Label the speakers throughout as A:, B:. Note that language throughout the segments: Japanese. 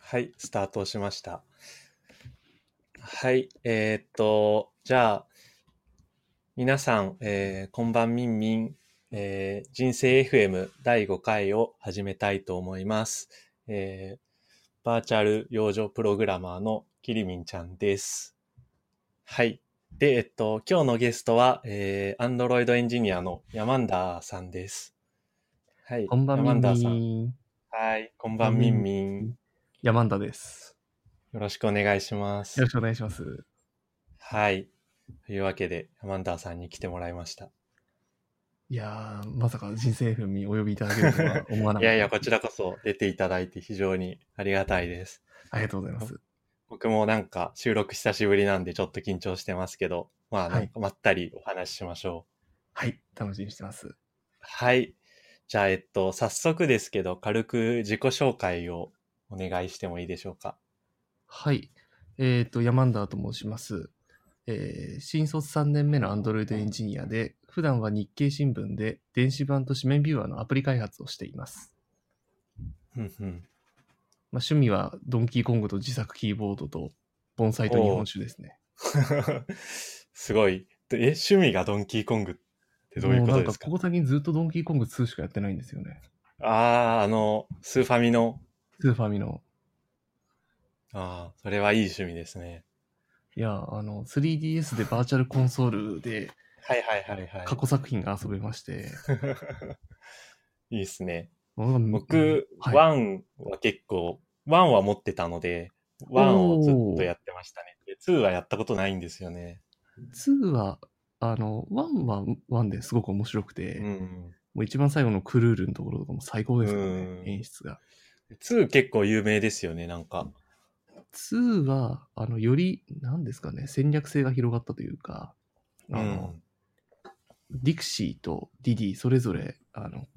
A: はい、スタートしました。はい、えーっと、じゃあ、皆さん、えーこんばんみんみん、えー人生 FM 第5回を始めたいと思います。えーバーチャル養生プログラマーのきりみんちゃんです。はい。で、えっと、今日のゲストは、えー、アンドロイドエンジニアのヤマンダーさんです。はい。
B: こんばんみ
A: ヤマン
B: ん
A: ダーさん。
B: みん。
A: はい。こんばんみんみん。
B: ヤマンダです。
A: よろしくお願いします
B: よろ。しくお願いします。
A: はい。というわけで、アマンダーさんに来てもらいました。
B: いやー、まさか人生 FM にお呼びいただけるとは思わ なか
A: い
B: った。
A: やいや、こちらこそ出ていただいて非常にありがたいです。
B: ありがとうございます。
A: 僕もなんか収録久しぶりなんでちょっと緊張してますけど、まあなんかまったりお話ししましょ
B: はい、楽しみにしてます。
A: う。はい。じゃあ、えっと、早速ですけど、軽く自己紹介をお願いしてもいいでしょうか。
B: はい。えっ、と、ヤマンダーと申します。えー新卒3年目のアンドロイドエンジニアで、普段は日経新聞で電子版と紙面ビューアーのアプリ開発をしています。
A: うんうん。
B: まあ、趣味はドンキーコングと自作キーボードと盆栽と日本酒ですね。
A: すごい。え、趣味がドンキーコングってどういうこ
B: も
A: と
B: なん
A: で
B: か
A: すか
B: ここ最近ずっとドンキーコング2しかやってないんですよね。
A: ああ、あの、スーファミの、
B: スーファミの。
A: ああ、それはいい趣味ですね。
B: いや、あの、3DS でバーチャルコンソールで
A: はいはいはいはい。
B: 過去作品が遊べまして、
A: いい っすね。
B: う ん
A: 僕、
B: はい
A: ワンは結構、ワンは持ってたので、ワンをずっとやってましたね。で、ツーはやったことないんですよね。
B: 2は、あの、1は1ですごく面白くて、
A: う
B: も
A: ん。
B: う一番最後のクルールのところとかも最高ですからね
A: う、ん
B: 演出が。
A: ツー結構有名ですよね、なんか。
B: 2は、あの、より、なんですかね、戦略性が広がったというか、
A: う
B: あの、
A: ん。
B: ディクシーとディディ、それぞれ、あの、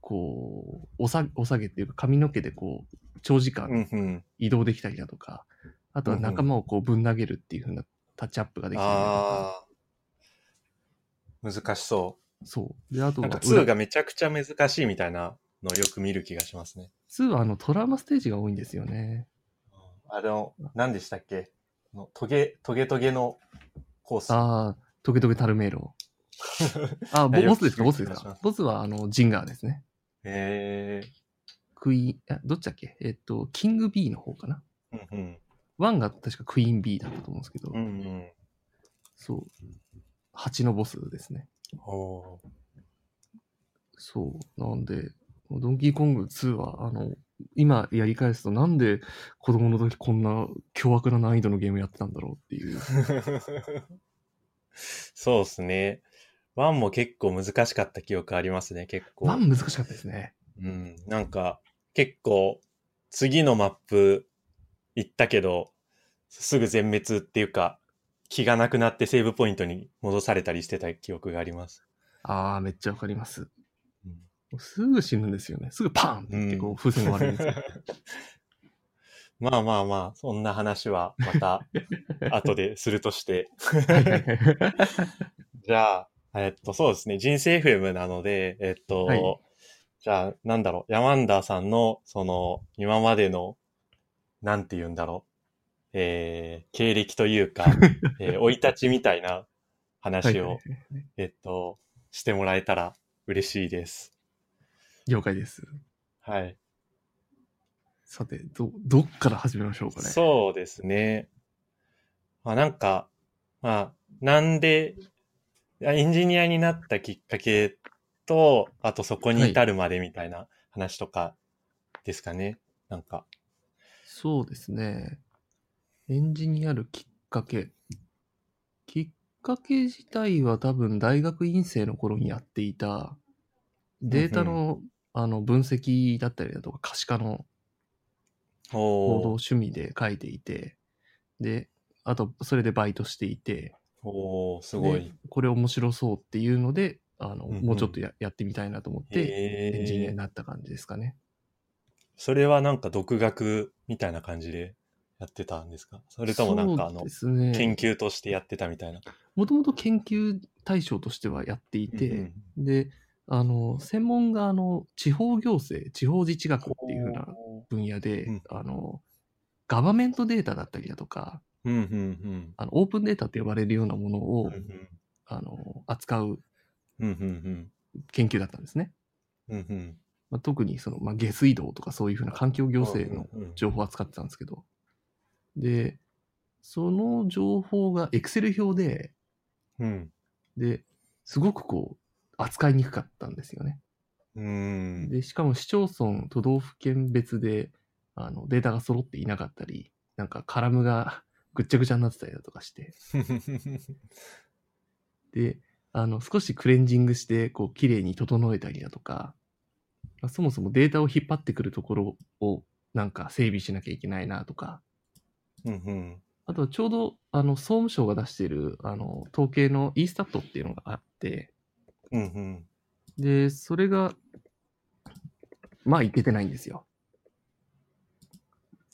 B: こう、おさお下げっていうか、髪の毛でこう、長時間
A: うんうん。
B: 移動できたりだとか、あとは仲間をこうぶん投げるっていう風なタッチアップができたりだとか、
A: ああ。難しそ
B: そう。で、あ
A: う。
B: と
A: なんか
B: は
A: ツー
B: 裏、
A: がめちゃくちゃ難しいみたいなのをよく見る気がしますね。
B: 2はあのトラウマステージが多いんですよね。
A: あの、何でしたっけあのトゲ、トゲトゲのコース。
B: ああ、トゲトゲタルメ イロ。あー、
A: いや
B: ボボスですか、
A: よ
B: ボ
A: く
B: ス
A: 聞き
B: で
A: ますし
B: か
A: た。
B: ボスはあのジンガーですね。
A: へえ
B: クイーン、あどっちだっけえっと、キング B の方かな。
A: うんうん。
B: 1が確かクイーン B だったと思うんですけど、
A: うんうん。
B: そう。8のボスですね。
A: おー
B: そう。なんで、ドンキーコング2は、あの、今やり返すと、なんで子供の時こんな凶悪な難易度のゲームやってたんだろうって いう。
A: そうですね。ワンも結構難しかった記憶ありますね、結構。
B: ワン難しかったですね。
A: うん。なんか、結構、次のマップ行ったけど、すぐ全滅っていうか、気がなくなってセーブポイントに戻されたりしてた記憶があります。
B: ああ、めっちゃわかります。
A: うん
B: もうすぐ死ぬんですよね。すぐパーンって言って、こう、風船が割れるん ですよ。
A: まあまあまあ、そんな話はま た後でするとして。
B: はいはいはい。
A: じゃあ、えっと、そうですね。人生 FM なので、えっと、
B: はい
A: じゃあ、なんだろう。ヤマンダーさんの、その、今までの、なんて言うんだろう。えー、経歴というか、えー、生い立ちみたいな話を、
B: はいはい
A: えっと、してもらえたら嬉しいです。
B: 了解です。
A: はい。
B: さて、ど、どっから始めましょうかね。
A: そうですね。まあなんか、まあ、なんで、あエンジニアになったきっかけと、あとそこに至るまでみたいな話とかですかね。なんか。
B: そうですね。エンジニアるきっかけ。きっかけ自体は多分大学院生の頃にやっていたデータ
A: う
B: の,、あの分析だったりだとか可視化の行動
A: おー
B: 趣味で書いていて、で、あとそれでバイトしていて、
A: おーすご
B: で
A: い。
B: これ面白そうっていうので、あの
A: うんうん
B: もうちょっとややってみたいなと思って、エンジニア
A: え
B: になった感じですかね。
A: それはなんか独学みたいな感じでやってたんですかそれともなんかあ
B: そう
A: の
B: で、すね
A: 研究としてやってたみたいな。
B: もともと研究対象としてはやっていて、
A: うん
B: で、あの、専門があの、地方行政、地方自治学っていうふうな
A: うん
B: 分野で、
A: うん
B: あの、ガバメントデータだったりだとか、
A: うんうん
B: あのオープンデータって呼ばれるようなものを、
A: うんうん
B: あの扱う
A: うんうん
B: 研究だったんですね。
A: うんうん
B: まあ、特にその、まあ、下水道とかそういうふうな環境行政の
A: うんうんうん
B: 情報を扱ってたんですけど。で、その情報が Excel 表で、
A: うん
B: で、すごくこう、扱いにくかったんですよね。
A: うん
B: で、しかも市町村、都道府県別で、あの、データが揃っていなかったり、なんかカラムが ぐっちゃぐちゃになってたりだとかして、で、あの、少しクレンジングして、こう、綺麗に整えたりだとか、まあそもそもデータを引っ張ってくるところを、なんか整備しなきゃいけないなとか、
A: うんうん
B: あとはちょうど、あの、総務省が出している、あの、統計の e スタットっていうのがあって、
A: うんうん
B: で、それが、まあ、いけてないんですよ。あ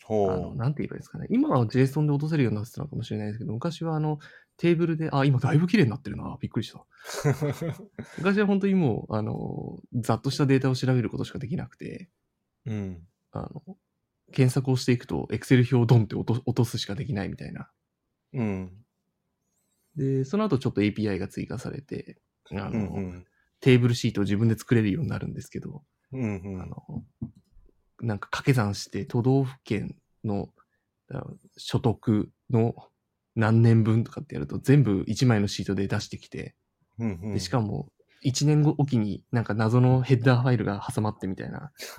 A: ほ
B: の、なんて言えばいいですかね。今は JSON で落とせるようになってたのかもしれないですけど、昔はあの、テーブルで、あ、今だいぶ綺麗になってるな。びっくりした。
A: う。
B: 昔は本当にもう、あの、ざっとしたデータを調べることしかできなくて、
A: うん。
B: あの、検索をしていくと、Excel 表をドンって落と落とすしかできないみたいな。
A: うん。
B: で、その後ちょっと API が追加されて、あの、
A: うんうん。
B: テーブルシートを自分で作れるようになるんですけど、
A: うん
B: あの、なんか掛け算して都道府県のあ所得の何年分とかってやると全部1枚のシートで出してきて、
A: うんうん。
B: でしかも1年後おきになんか謎のヘッダーファイルが挟まってみたいな、す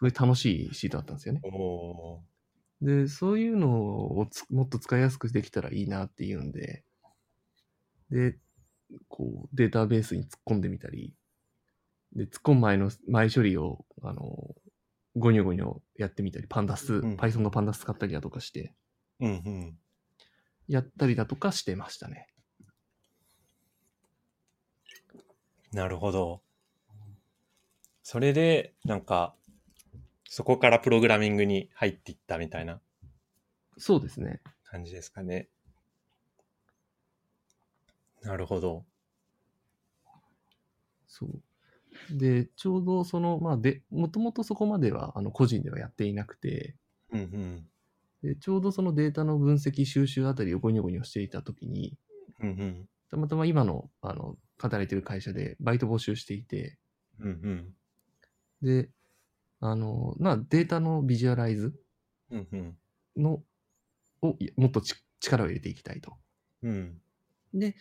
B: ごい楽しいシートだったんですよね。
A: お
B: で、そういうのをつもっと使いやすくできたらいいなっていうんで、で、こうデータベースに突っ込んでみたり、で、突っ込む前の前処理を、あの、ゴニョゴニョやってみたり、パンダス、
A: ん
B: Python のパンダス使ったりだとかして、
A: うんうん。
B: やったりだとかしてましたね。
A: なるほど。それで、なんか、そこからプログラミングに入っていったみたいな
B: そうですね。
A: 感じですかね。なるほど。
B: そう。で、ちょうどその、まあ、で、もともとそこまでは、あの、個人ではやっていなくて、
A: うん
B: で、ちょうどそのデータの分析、収集あたりをゴニョゴニョしていたときに、
A: うん。うんうん。
B: たまたま今の、あの、働いてる会社でバイト募集していて、
A: うん
B: で、あの、まあ、データのビジュアライズ
A: うん。うんうん。
B: の、をいもっとち力を入れていきたいと。
A: うん。
B: で、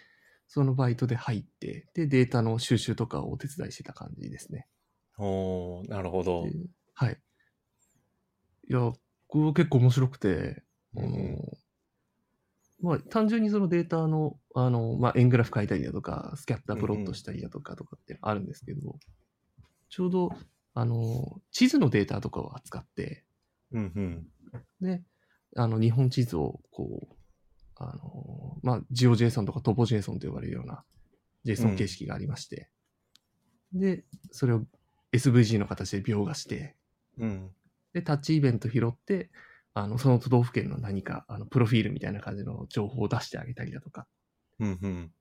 B: そのバイトで入って、で、データの収集とかをお手伝いしてた感じですね。
A: おーなるほど
B: で。はい。いや、これは結構面白くて、あ
A: うん
B: の、まあ、単純にそのデータの、あの、まあ、円グラフ書いたりだとか、スキャッタープロットしたりだとかとかってあるんですけど、ちょうど、あの、地図のデータとかを扱って、
A: うんうん。
B: で、あの、日本地図を、こう、あの、まあ、ジオ JSON とかトポ JSON と呼ばれるような
A: う
B: JSON
A: ん
B: 形式がありまして、で、それを SVG の形で描画して、
A: うん。
B: で、タッチイベント拾って、あの、その都道府県の何か、あの、プロフィールみたいな感じの情報を出してあげたりだとか
A: うんうん。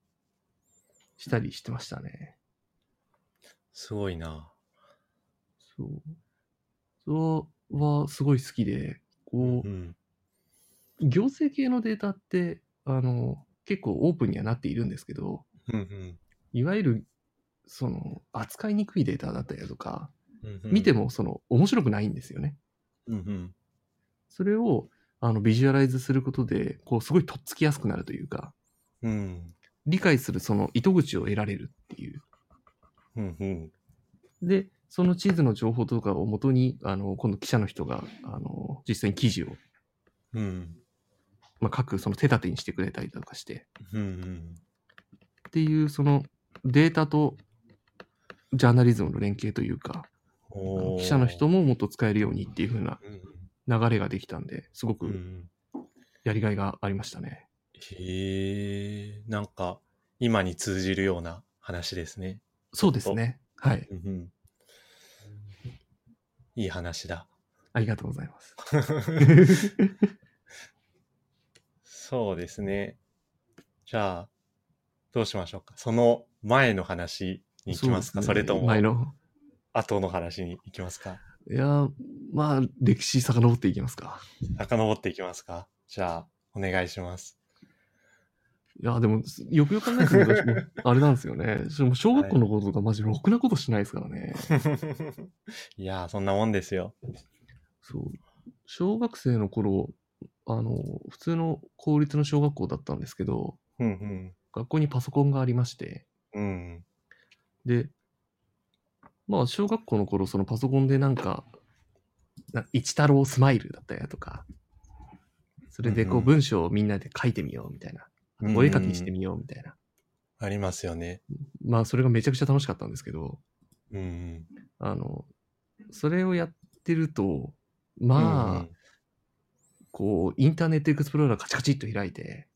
B: したりしてましたね。
A: すごいな。
B: そう。それはすごい好きで、こ
A: う
B: う、
A: ん。
B: 行政系のデータって、あの、結構オープンにはなっているんですけど、
A: うんうん。
B: いわゆる、その、扱いにくいデータだったりだとか、
A: うんうん
B: 見て。もその、面白くないんですよね。
A: うんうん。
B: それを、あの、ビジュアライズすることで、こう、すごいとっつきやすくなるというか、
A: うん。
B: 理解するその糸口を得られるっていう。
A: うんうん。
B: で、その地図の情報とかをもとに、あの、今度記者の人が、あの、実際に記事を、
A: うん。
B: まあ、書く、その手立てにしてくれたりだとかして、
A: うん
B: っていう、そのデータとジャーナリズムの連携というか、
A: う
B: あ
A: ん。
B: の
A: おー
B: 記者の人ももっと使えるようにっていう風な
A: うん
B: 流れができたんで、すご
A: うんう
B: く
A: ん。
B: やりがいがありましたね。
A: へえ、なんか、今に通じるような話ですね。
B: そうですね。はい。
A: うんうん。いい話だ。
B: ありがとうございます。
A: そうですね。じゃあ、どうしましょうか。その前の話に行きますかそ
B: そう
A: れ
B: で
A: と
B: ね
A: も
B: 前の。
A: 後の話に行きますか
B: いや、まあ、歴史遡っていきますか。
A: 遡っていきますかじゃあ、お願いし ます。
B: いや、でも、よくよく考えてみると もう、あれなんですよね。しかも小学校の頃とか、マジろくなことしないですからね。
A: いやー、そんなもんですよ。
B: そう。小学生の頃、あの、普通の公立の小学校だったんですけど、
A: うん
B: 学校にパソコンがありまして、
A: うん。うん。
B: で、まあ、小学校の頃、そのパソコンでなんか、な一太郎スマイルだったやとか、それでこ
A: うん
B: う
A: うん
B: 文章をみんなで書いてみようみたいな、お絵描きしてみようみたいな。
A: ありますよね。
B: まあ、それがめちゃくちゃ楽しかったんですけど、
A: うん
B: あの、それをやってると、
A: うん。
B: まあ、
A: うんうん
B: こう、インターネットエクスプローラーカチカチっと開いて、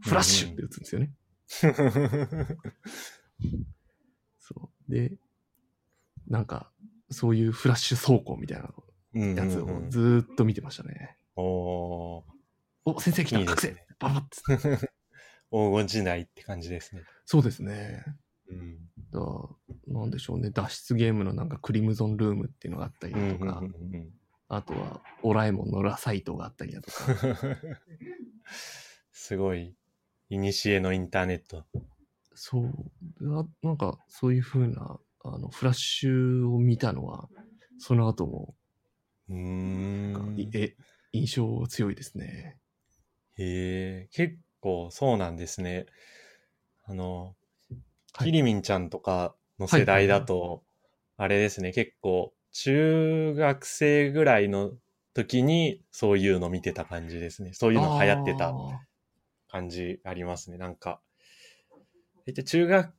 B: フラッシュって打つんですよね。そう。で、なんか、そういうフラッシュ走行みたいな
A: うんうんうん
B: やつをずーっと見てましたね。
A: お
B: お、先生来た、
A: いいで
B: 覚
A: すね
B: 醒ババッつって
A: ー黄金時代って感じですね。
B: そうですね。
A: うん。
B: だなんでしょうね。脱出ゲームのなんかクリムゾンルームっていうのがあったり
A: う
B: だ
A: ん
B: とか、
A: うんうんうん
B: あとはオラえもんのラサイトがあったりだとか。
A: すごい、いにしえのインターネット。
B: そう。ななんかそういう風な、あの、フラッシュを見たのは、その後も、
A: うー
B: なん
A: ん。
B: かいえ、印象が強いですね。
A: へえ、結構そうなんですね。あの、
B: はい
A: きりみんちゃんとかの世代だと、あれですね、結構、中学生ぐらいの時に、そういうの見てた感じですね。そういうの流行って
B: あ
A: た
B: ー
A: 感じありますね。なんか、大体中学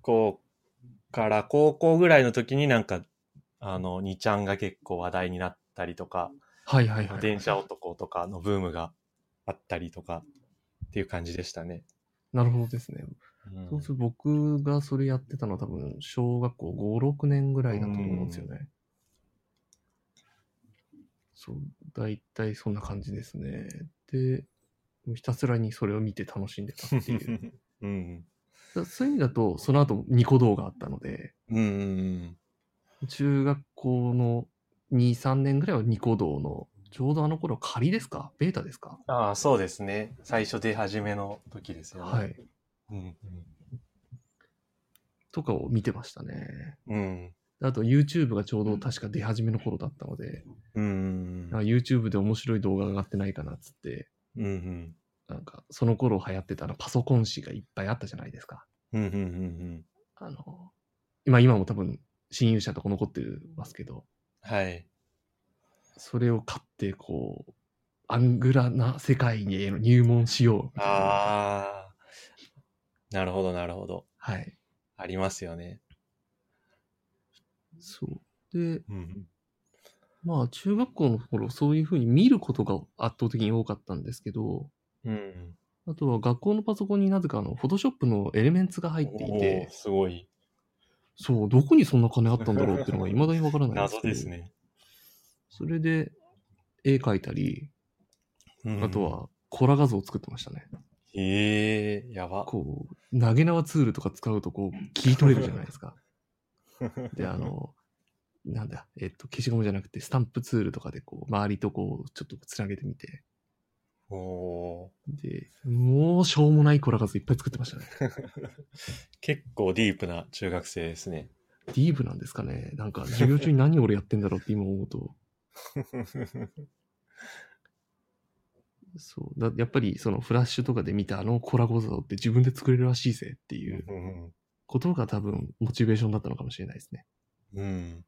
A: 校から高校ぐらいの時になんか、あの、2ちゃんが結構話題になったりとか、
B: はいはいはい。
A: 電車男とかのブームがあったりとかっていう感じでしたね。
B: なるほどですね。そうすると僕がそれやってたのは多分、小学校5、6年ぐらいだと思うんですよね。そう、大体そんな感じですね。で、ひたすらにそれを見て楽しんでたっ ていう。
A: うん。
B: だそういう意味だと、その後ニコ動があったので、
A: うんうん
B: 中学校の2、3年ぐらいはニコ動の、ちょうどあの頃仮ですかベータですか
A: ああ、そうですね。最初出始めの時ですよね。
B: はい。
A: うん
B: とかを見てましたね。
A: うん。うん。
B: あと YouTube がちょうど確か出始めの頃だったので、
A: うん
B: なんか YouTube で面白い動画が上がってないかなっつって、
A: うん。うん
B: なんかその頃流行ってたあのパソコン誌がいっぱいあったじゃないですか。
A: うん。うんうんうん。
B: あの、今今も多分親友者とか残ってますけど、
A: はい。
B: それを買ってこう、アングラな世界への入門しようみたいな。
A: ああ。なるほど、なるほど。
B: はい。
A: ありますよね。
B: そう。で、
A: うん。
B: まあ中学校の頃そういうふうに見ることが圧倒的に多かったんですけど、
A: うん。
B: あとは学校のパソコンになぜかあの、フォトショップのエレメンツが入ってい
A: お
B: て
A: ー、すごい。
B: そう、どこにそんな金あったんだろうっていうのが未だにわからないん
A: 謎
B: けど
A: です。ね。
B: それで、絵描いたり、
A: うん
B: あと。は、コラ画像を作ってましたね。
A: ええやば。
B: こう、投げ縄ツールとか使うと、こう、切り取れるじゃないですか。で、あの、なんだ、えっと、消しゴムじゃなくて、スタンプツールとかで、こう、周りとこう、ちょっとつなげてみて。
A: おおー。
B: で、もう、しょうもないコラ画像いっぱい作ってましたね。
A: 結構ディープな中学生ですね。
B: ディーブなんですかね。なんか、授業中に何俺やってんだろうって今思うと。そう。だやっぱり、その、フラッシュとかで見たあのコラ画像って自分で作れるらしいぜっていう。
A: うん
B: ことが多分モチベーションだったのかもしれないですね。
A: うん。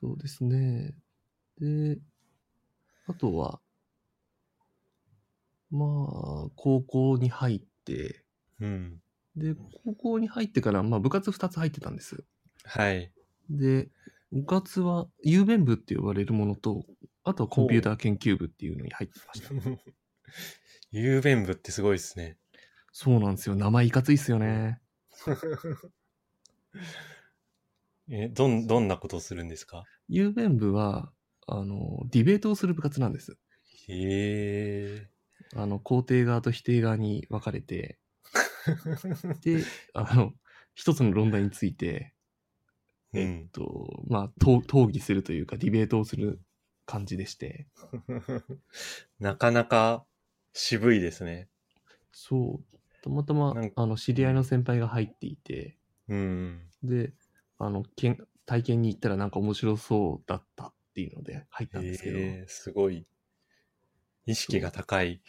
B: そうですね。で、あとは、まあ、高校に入って、
A: うん。
B: で、高校に入ってから、まあ部活2つ入ってたんです。
A: はい。
B: で、部活は郵便部って呼ばれるものと、あとはコンピューター研究部っていうのに入ってました。
A: 郵便部ってすごいですね。
B: そうなんですよ。名前いかついっすよね。
A: え、どん、どんなことをするんですか
B: 郵便部は、あの、ディベートをする部活なんです。
A: へえ。
B: あの、肯定側と否定側に分かれて、 で、あの、一つの論題について、
A: う
B: えっ
A: ん。
B: と、まあ、討討議するというか、ディベートをする感じでして、
A: なかなか渋いですね。
B: そう、たまたま
A: なん、
B: あの、知り合いの先輩が入っていて、
A: うん。
B: で、あの、けん体験に行ったらなんか面白そうだったっていうので入ったんですけど、
A: えー、すごい。意識が高い。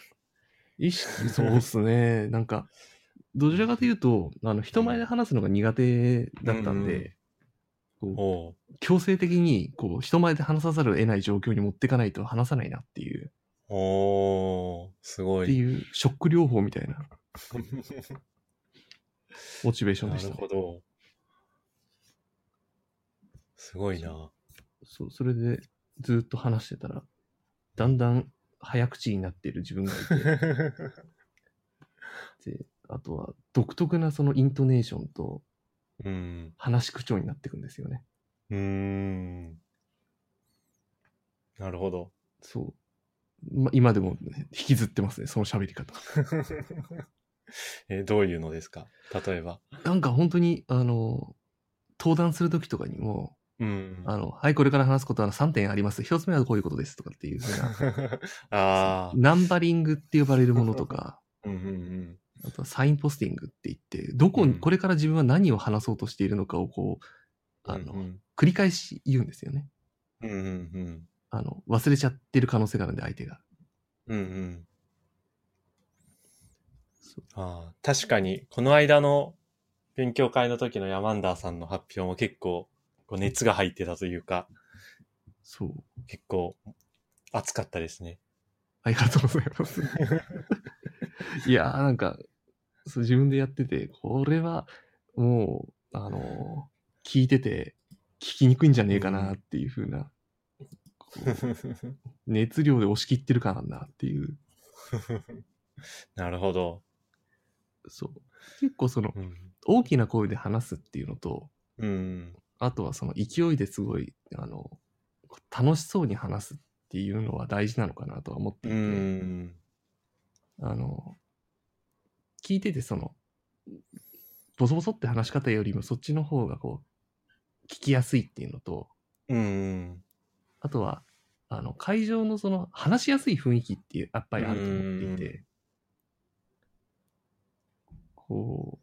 B: 意識、そうっす ね。なんか、どちらかというと、あの、人前で話すのが苦手だったんで、こ
A: おう
B: う、強制的に、こう、人前で話さざるを得ない状況に持っていかないと話さないなっていう、
A: おーすご
B: って
A: い。
B: いう、ショック療法みたいなモチベーション
A: な
B: でし
A: る
B: た、
A: ほ。
B: ね
A: ど。すごい な。
B: そう、それで、ずっと話してたら、だんだん早口になってる自分がいて、であとは、独特なそのイントネーションと
A: うん。
B: 話し口調になっていくんですよね。
A: うーん。なるほ ど。
B: そう。ま、今でも、ね、引きずってますね、その喋り方。
A: え、どういうのですか例えば。
B: なんか本当に、あの、登壇するときとかにも、
A: うん。
B: あの、はい、これから話すことは3点あります。1つ目はこういうことですとかっていうふう な、
A: ああ。
B: ナンバリングって呼ばれるものとか、
A: うんうんうん。
B: あとはサインポスティングって言って、どこ
A: う
B: に、
A: ん
B: これから自分は何を話そうとしているのかをこう、あ
A: う
B: の、
A: ん
B: 繰り返し言うんですよね。
A: うんうん
B: あの、忘れちゃってる可能性があるんで、相手が。
A: うん。うんうん。
B: そう
A: ああ、確かに、この間の勉強会の時のヤマンダーさんの発表も結構、こう熱が入ってたというか、
B: そう。
A: 結構、熱かったですね。
B: ありがとうございます。いやーなんか、そう自分でやってて、これは、もう、あのー聞いてて、聞きにくいんじゃねえかなっていう風な、熱量で押し切ってるかなんだっていう、
A: なるほど。
B: そう。結構その、
A: うん。
B: 大きな声で話すっていうのと、
A: うん。
B: あとはその勢いですごい、あの、楽しそうに話すっていうのは大事なのかなとは思っていて、
A: うん。
B: あの、聞いててその、ボソボソって話し方よりもそっちの方がこう、聞きやすいっていうのと、
A: うん。
B: あとは、あの、会場のその、話しやすい雰囲気っていう、やっぱりあると思っていて、こ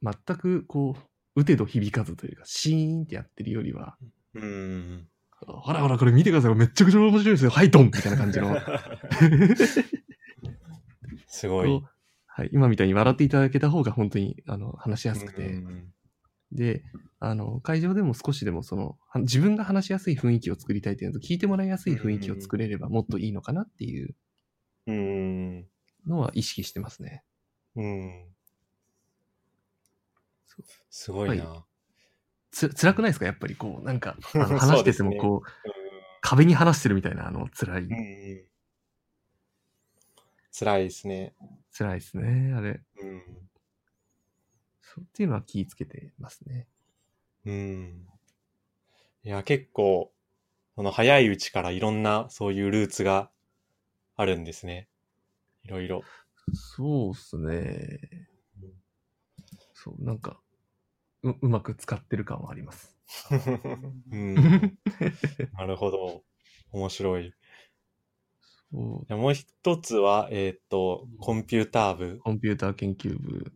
B: う、全くこう、打てど響かずというか、シーンってやってるよりは、
A: うん。
B: ほらほら、これ見てください。めっちゃくちゃ面白いですよ。はい、ドンみたいな感 じの。
A: すごい
B: こう。はい、今みたいに笑っていただけた方が本当にあの話しやすくて、
A: うん
B: であの会場でも少しでもそのは自分が話しやすい雰囲気を作りたいというのと聞いてもらいやすい雰囲気を作れればもっといいのかなっていう
A: うん。
B: のは意識してますね。
A: うん。
B: そう
A: すごい
B: やっ
A: な。
B: つ辛くないですかやっぱりこうなんか あの
A: そ
B: 話
A: うで
B: して
A: す
B: て
A: ね
B: もこう、壁に話してるみたいなあの辛い、
A: うん。辛いですね。
B: 辛いですねあれ
A: うん。
B: そうっていうのは気ぃつけてますね。
A: うん。いや、結構、その早いうちからいろんなそういうルーツがあるんですね。いろい ろ。
B: そうっすね
A: うん。
B: そうなんかううまく使ってる感はあります。
A: うん。なるほど。面白い。
B: そう
A: でもう一つは、えーっと、コンピューター部。
B: コンピューター研究部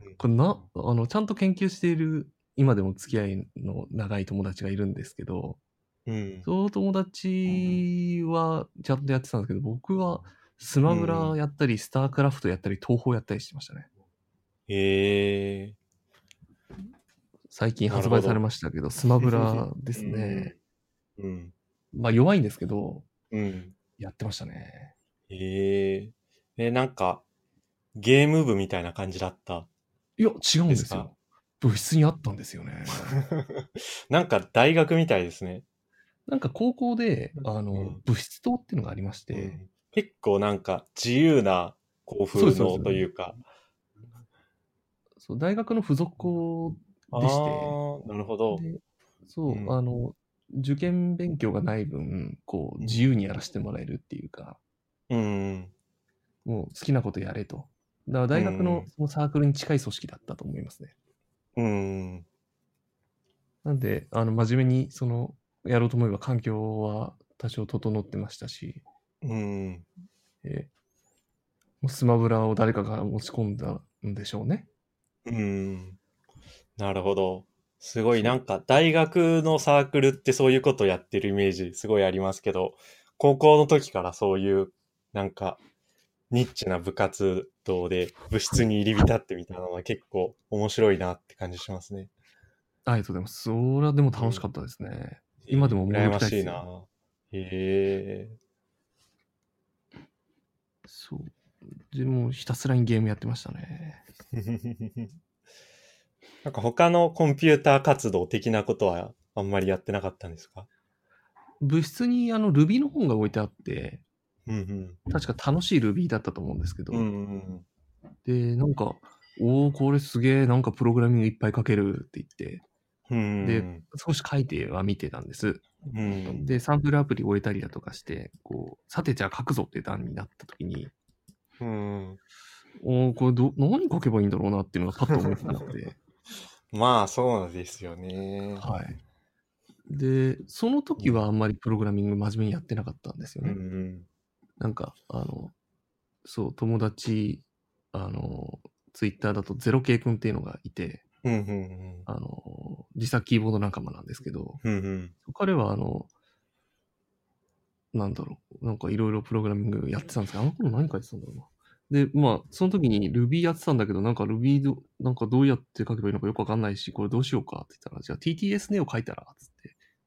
A: うん。
B: これな、あの、ちゃんと研究している、今でも付き合いの長い友達がいるんですけど、
A: うん。
B: その友達はちゃんとやってたんですけど、僕はスマブラやったり、スタークラフトやったり、東宝やったりしてましたね。
A: ええ
B: 最近
A: なる
B: 発
A: ほど
B: 売されましたけど、スマ ブラですね。
A: うん。
B: まあ弱いんですけど、
A: うん。
B: やってましたね。
A: えええ、なんか、ゲーム部みたいな感じだ った。
B: いや、違うんで
A: です
B: す
A: か
B: よ。部室にあったんですよね。
A: なんか大学みたいですね。
B: なんか高校で、あ
A: う
B: の
A: ん、
B: 部室棟っていうのがありまして、
A: うん結構なんか自由な校風のというか。
B: そう大学の付属校
A: あ
B: でして
A: ーなるほど。
B: でそう、
A: うん
B: あの受験勉強がない分こ
A: う
B: うん自由にやらせてもらえるっていうか、
A: うん。
B: もう好きなことやれとだから大学
A: う
B: の
A: ん
B: そのサークルに近い組織だったと思いますね。
A: うん。
B: なんで、あの、真面目に、その、やろうと思えば環境は多少整ってましたし、
A: うん。
B: えーもうスマブラを誰かが持ち込んだんでしょうね。
A: うん。なるほど。すごい、なんか、大学のサークルってそういうことやってるイメージ、すごいありますけど、高校の時からそういう、なんか、ニッチな部活動で部室に入り浸ってみたいなのは結構面白いなって感じしますね。
B: ありがとうございます。それはでも楽しかったですね。今でも思い出
A: 羨ま
B: したい
A: し
B: で
A: い
B: すよ
A: な。へえ。
B: そう。でも、ひたすらにゲームやってましたね。
A: なんか他のコンピューター活動的なことはあんまりやってなかったんですか
B: 部室に、あの、Ruby の本が置いてあって、
A: うん
B: 確か楽しい Ruby だったと思うんですけど、
A: うん。うんうん
B: で、なんか、おおこれすげえ、なんかプログラミングいっぱい書けるって言って、
A: うん。
B: で
A: うん
B: 少し書いては見てたんです。
A: うん。
B: で、サンプルアプリ終えたりだとかして、こう、さてじゃあ書くぞって段になった時に、
A: うん。
B: おーこれど、何書けばいいんだろうなっていうのがパッと思いつかなく て、
A: まあ、そうですよね。
B: はい。で、その時はあんまりプログラミング真面目にやってなかったんですよ
A: うん
B: ね。
A: うん。
B: なんか、あの、そう、友達、あの、ツイッターだとゼロ系君っていうのがいて、
A: うんうん
B: あの、自作キーボード仲間なんですけど、
A: うん。うん
B: 彼はあの、なんだろう、なんかいろいろプログラミングやってたんですけど、あの頃何書いてたんだろうな。で、まあ、その時に Ruby やってたんだけど、なんか Ruby ど、なんかどうやって書けばいいのかよくわかんないし、これどうしようかって言ったら、じゃあ TTS Neo 書いたら、つっ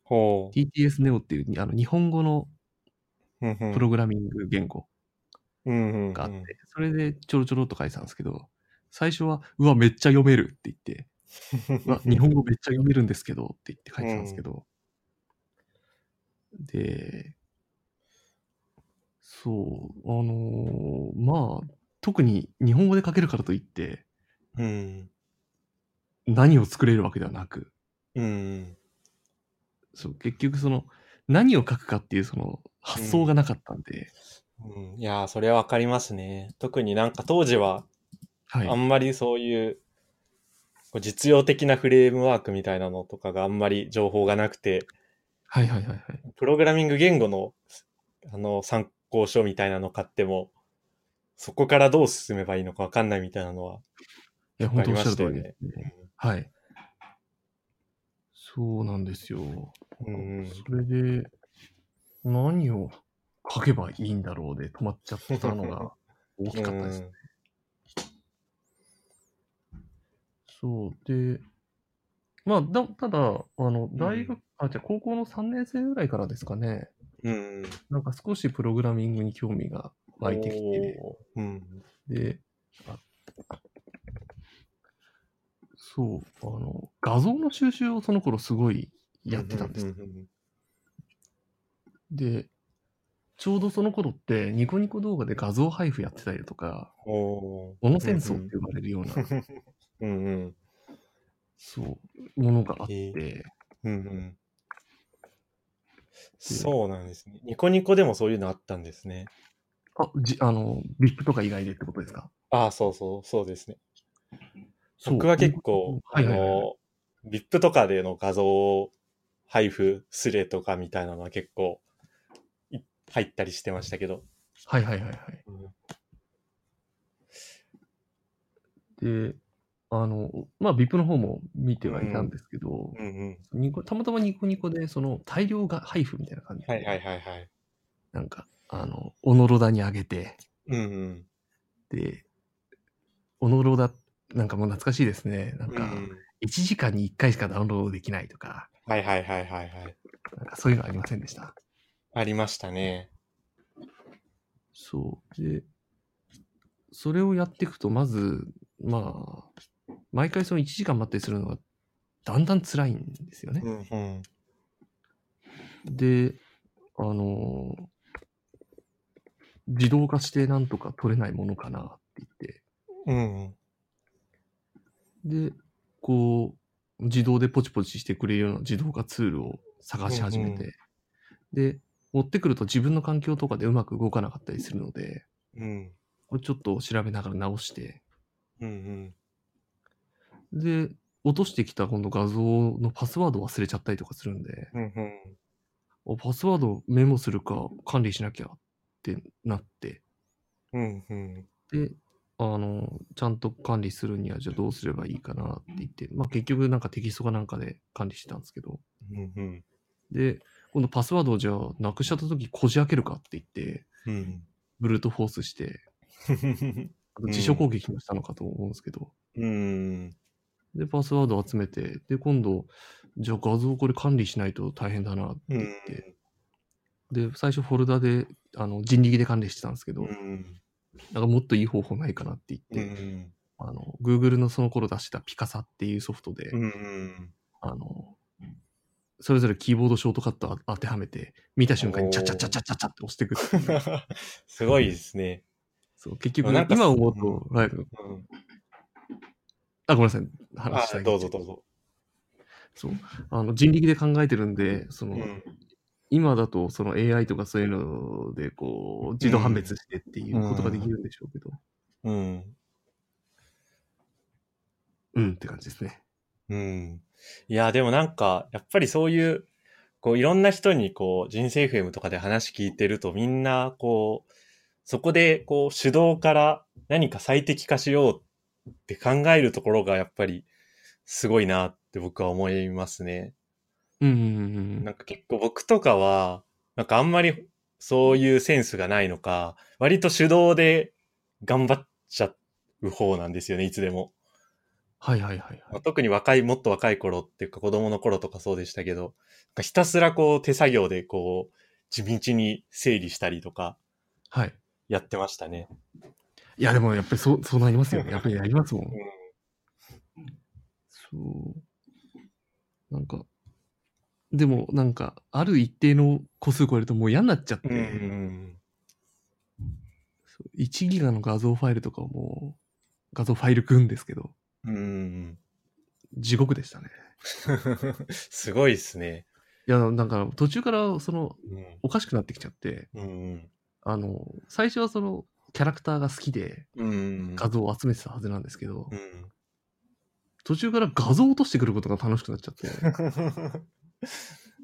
A: ほう。
B: て。TTS Neo っていう、あの、日本語の
A: うんうん
B: プログラミング言語
A: うんうんうん
B: があって、それでちょろちょろっと書いてたんですけど、最初は、うわ、めっちゃ読めるって言って、うわ日本語めっちゃ読めるんですけどって言って書いてたんですけど、でそうあのーまあ特に日本語で書けるからといって
A: うん。
B: 何を作れるわけではなく
A: うん。
B: そう結局その何を書くかっていうその発想がなかったんで、
A: うんいやー、それはわかりますね。特になんか当時はあ
B: はい
A: んまりそういうこう実用的なフレームワークみたいなのとかがあんまり情報がなくて、
B: はいはいはいはい
A: プログラミング言語のあの参考書みたいなの買っても、そこからどう進めばいいのかわかんないみたいなのは。
B: いや
A: わかり
B: 本当おっ
A: ま
B: しゃる
A: した
B: 通
A: よ
B: り
A: ね
B: ですねはいそうなんですよ
A: うん
B: それで、何を書けばいいんだろうで止まっちゃったの が大きかったです。そう。で、まあ、だただ、あの、大学、あ、じゃあ高校の3年生ぐらいからですかね、
A: うん。うん。
B: なんか少しプログラミングに興味が湧いてきて、
A: おー。うん。
B: で、あそう、あの、画像の収集をその頃すごいやってたんです
A: う。うん
B: で、ちょうどその頃って、ニコニコ動画で画像配布やってたりだとか、
A: お
B: モノ戦争って呼ばれるような、
A: ー。うんうん。
B: そう、ものがあっ
A: へ
B: て、
A: うんうん。そうなんですね。ニコニコでもそういうのあったんですね。
B: あ、じ、あの、VIP とか以外でってことですか
A: ああ、そうそう、そうですね。
B: そう
A: 僕は結構、
B: は
A: あ
B: いはいはいはい。
A: の、VIP とかでの画像配布スレとかみたいなのは結構い入ったりしてましたけど。
B: はいはいはいはい。で、あの、まあ、VIP の方も見てはいたんですけど、
A: うんうん。
B: ニコたまたまニコニコで、その、大量が配布みたいな感じで、
A: はいはいはいはい。
B: なんか、あの、おのろだにあげて、
A: うんうん。
B: で、おのろだ、なんかもう懐かしいですね。なん
A: うんう
B: か、
A: ん
B: 1時間に1回しかダウンロードできないとか、
A: はいはいはいはいはい。
B: なんかそういうのありませんでした。
A: ありましたね。
B: そう。で、それをやっていくと、まず、まあ、毎回その1時間待ったりするのが、だんだん辛いんですよね
A: う。んうん。
B: で、あのー自動化してなんとか取れないものかなって
A: うん
B: 言って、で、こう、自動でポチポチしてくれるような自動化ツールを探し始めて、
A: うん
B: で、持ってくると自分の環境とかでうまく動かなかったりするので、
A: うん。
B: これちょっと調べながら直して、
A: うんうん。
B: で、落としてきた今度画像のパスワード忘れちゃったりとかするんで、
A: うんうん。
B: おパスワードメモするか管理しなきゃってなって、
A: うんうん。
B: で、あの、ちゃんと管理するにはじゃあどうすればいいかなって言って、まあ結局なんかテキストかなんかで管理してたんですけど、
A: うんうん。
B: で、今度パスワードをじゃあなくしちゃった時こじ開けるかって言って、
A: うん。
B: ブルートフォースして、あと自
A: う
B: 書
A: ん
B: 攻撃もしたのかと思うんですけど、
A: うん。
B: で、パスワードを集めて、で、今度、じゃあ画像これ管理しないと大変だなって
A: う
B: 言
A: ん
B: って、で、最初フォルダで、あの、人力で管理してたんですけど、
A: うん。
B: なんかもっといい方法ないかなって
A: う
B: 言って、
A: ん。
B: あの、Google のその頃出したピカサっていうソフトで、
A: うん。
B: あの、それぞれキーボードショートカット当てはめて、見た瞬間にチャチャチャチャチャチャって押していくっていう
A: すごいですね。
B: そう、結局、
A: なんか
B: 今思うと、はい、
A: うん、
B: あ、ごめんなさい、
A: あ
B: 話したい。
A: どうぞどうぞ。
B: そう。あの、人力で考えてるんで、そうの、
A: ん
B: 今だとその AI とかそういうのでこう自動判別してっていうことができるんでしょうけど、
A: うん
B: うん、って感じですね。
A: うん。いや、でもなんか、やっぱりそういう、こう、いろんな人に、こう、人生 FM とかで話聞いてると、みんな、こう、そこで、こう、手動から何か最適化しようって考えるところが、やっぱり、すごいなって僕は思いますね。
B: うんうんうんう
A: なんんか結構僕とかは、なんかあんまりそういうセンスがないのか、割と手動で頑張っちゃう方なんですよね、いつでも。
B: はいはいはい
A: ま
B: は
A: あ特に若い、もっと若い頃っていうか子供の頃とかそうでしたけど、なんかひたすらこう手作業でこう、地道に整理したりとか
B: い。はい。
A: やってましたね。
B: いやでもやっぱりそう、そうなりますよね。やっぱりやりますもん。そう。なんか、でもなんか、ある一定の個数超えるともう嫌になっちゃって、
A: うん。うん。
B: そう1ギガの画像ファイルとかをもう、画像ファイル組んですけど、
A: うん。
B: 地獄でしたね。
A: すごいですね。
B: いや、なんか途中からその、
A: うん。
B: おかしくなってきちゃって、
A: うん。
B: あの、最初はその、キャラクターが好きで
A: うん。
B: 画像を集めてたはずなんですけど、
A: うん。
B: 途中から画像を落としてくることが楽しくなっち ゃって、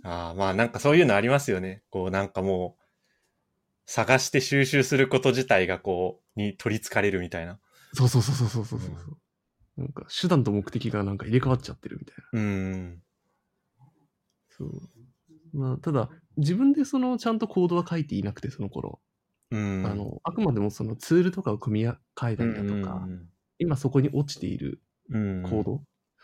A: ああ、まあなんかそういうのありますよね。こうなんかもう、探して収集すること自体がこう、に取り憑かれるみたいな。
B: そうそうそうそうそうそうそう、なんか手段と目的がなんか入れ替わっちゃってるみたい
A: う
B: な。
A: ん。
B: そう。まあ、ただ、自分でその、ちゃんとコードは書いていなくて、その頃。
A: うん。
B: あの、あくまでもそのツールとかを組み替えたりだとか、今そこに落ちている
A: うん、
B: コード、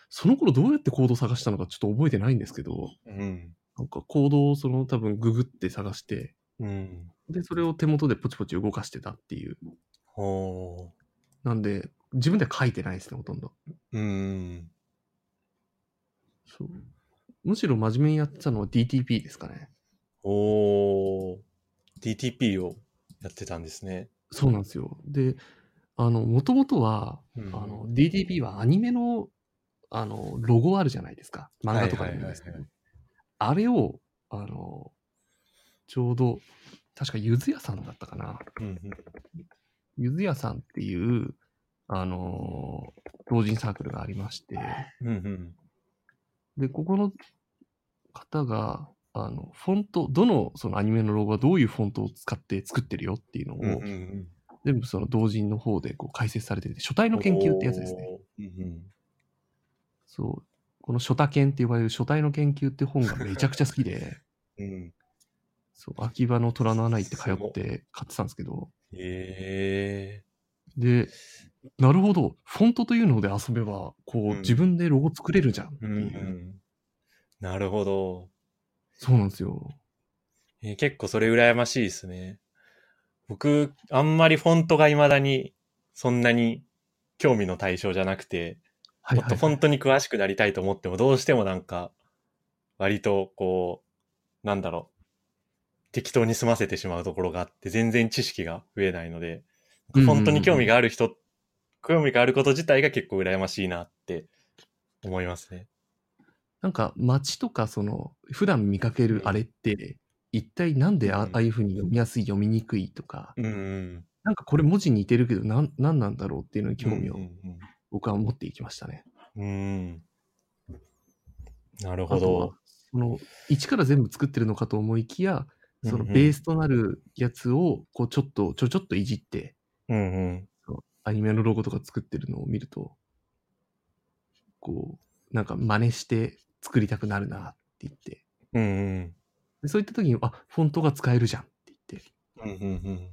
B: その頃どうやってコードを探したのかちょっと覚えてないんですけど、
A: うん。
B: なんかコードをその多分ググって探して、
A: うん。
B: で、それを手元でポチポチ動かしてたっていう。
A: ほ
B: なんで、自分では書いてないですね、ほとんど。
A: う。うん。
B: そうむしろ真面目にやってたのは DTP ですかね。
A: おー。DTP をやってたんですね。
B: そうなんですよ。で、あの、もともとは、
A: うん
B: あの、DTP はアニメの、あの、ロゴあるじゃないですか。漫画とかでもいいんですけど
A: はいは。
B: あれを、あの、ちょうど、確かゆず屋さんだったかな。
A: うん。
B: ゆず屋さんっていう、あの、老人サークルがありまして、
A: うん。うん。
B: で、ここの方が、あの、フォント、どのそのアニメのロゴはどういうフォントを使って作ってるよっていうのを、
A: うんうん。
B: 全部その同人の方でこう解説されてて、書体の研究ってやつですね。
A: おー。うん
B: そう。この書体研って呼ばれる書体の研究って本がめちゃくちゃ好 きで、
A: うん。うん。
B: そう、秋葉の虎の穴行って通って買ってたんですけど、
A: え
B: で、なるほど、フォントというので遊べば、
A: う
B: こうん自分でロゴ作れるじゃんっ
A: え
B: て
A: ー。
B: いうう。
A: ん、うん。なるほど。
B: そうなんですよ。
A: えー結構それ羨ましいですね。僕、あんまりフォントが未だにそんなに興味の対象じゃなくて、
B: はい
A: も
B: は
A: っと
B: い、は
A: 本
B: い。
A: 当に詳しくなりたいと思っても、どうしてもなんか、割とこう、なんだろう、適当に済ませてしまうところがあって、全然知識が増えないので、
B: うんうんうん
A: 本当に興味がある人、興味があること自体が結構羨ましいなって思いますね。
B: なんか街とかその普段見かけるあれって一体なんであ
A: うん
B: ああいうふうに読みやすい読みにくいとか
A: うんうん。
B: なんかこれ文字似てるけど、なん、なんなんだろうっていうのに興味
A: う
B: を
A: んうん
B: 僕は持っていきましたね。
A: うん。うんなる
B: あ
A: ほ
B: とは
A: ど。、
B: その、一から全部作ってるのかと思いきや、その
A: うんう
B: ベ
A: ん
B: ースとなるやつを、こうちょっと、ちょちょっといじって、
A: うんうん。
B: アニメのロゴとか作ってるのを見ると、こう、なんか真似して作りたくなるなって言って、
A: うんうん。
B: でそういった時に、あ、フォントが使えるじゃんって言って、
A: うんうん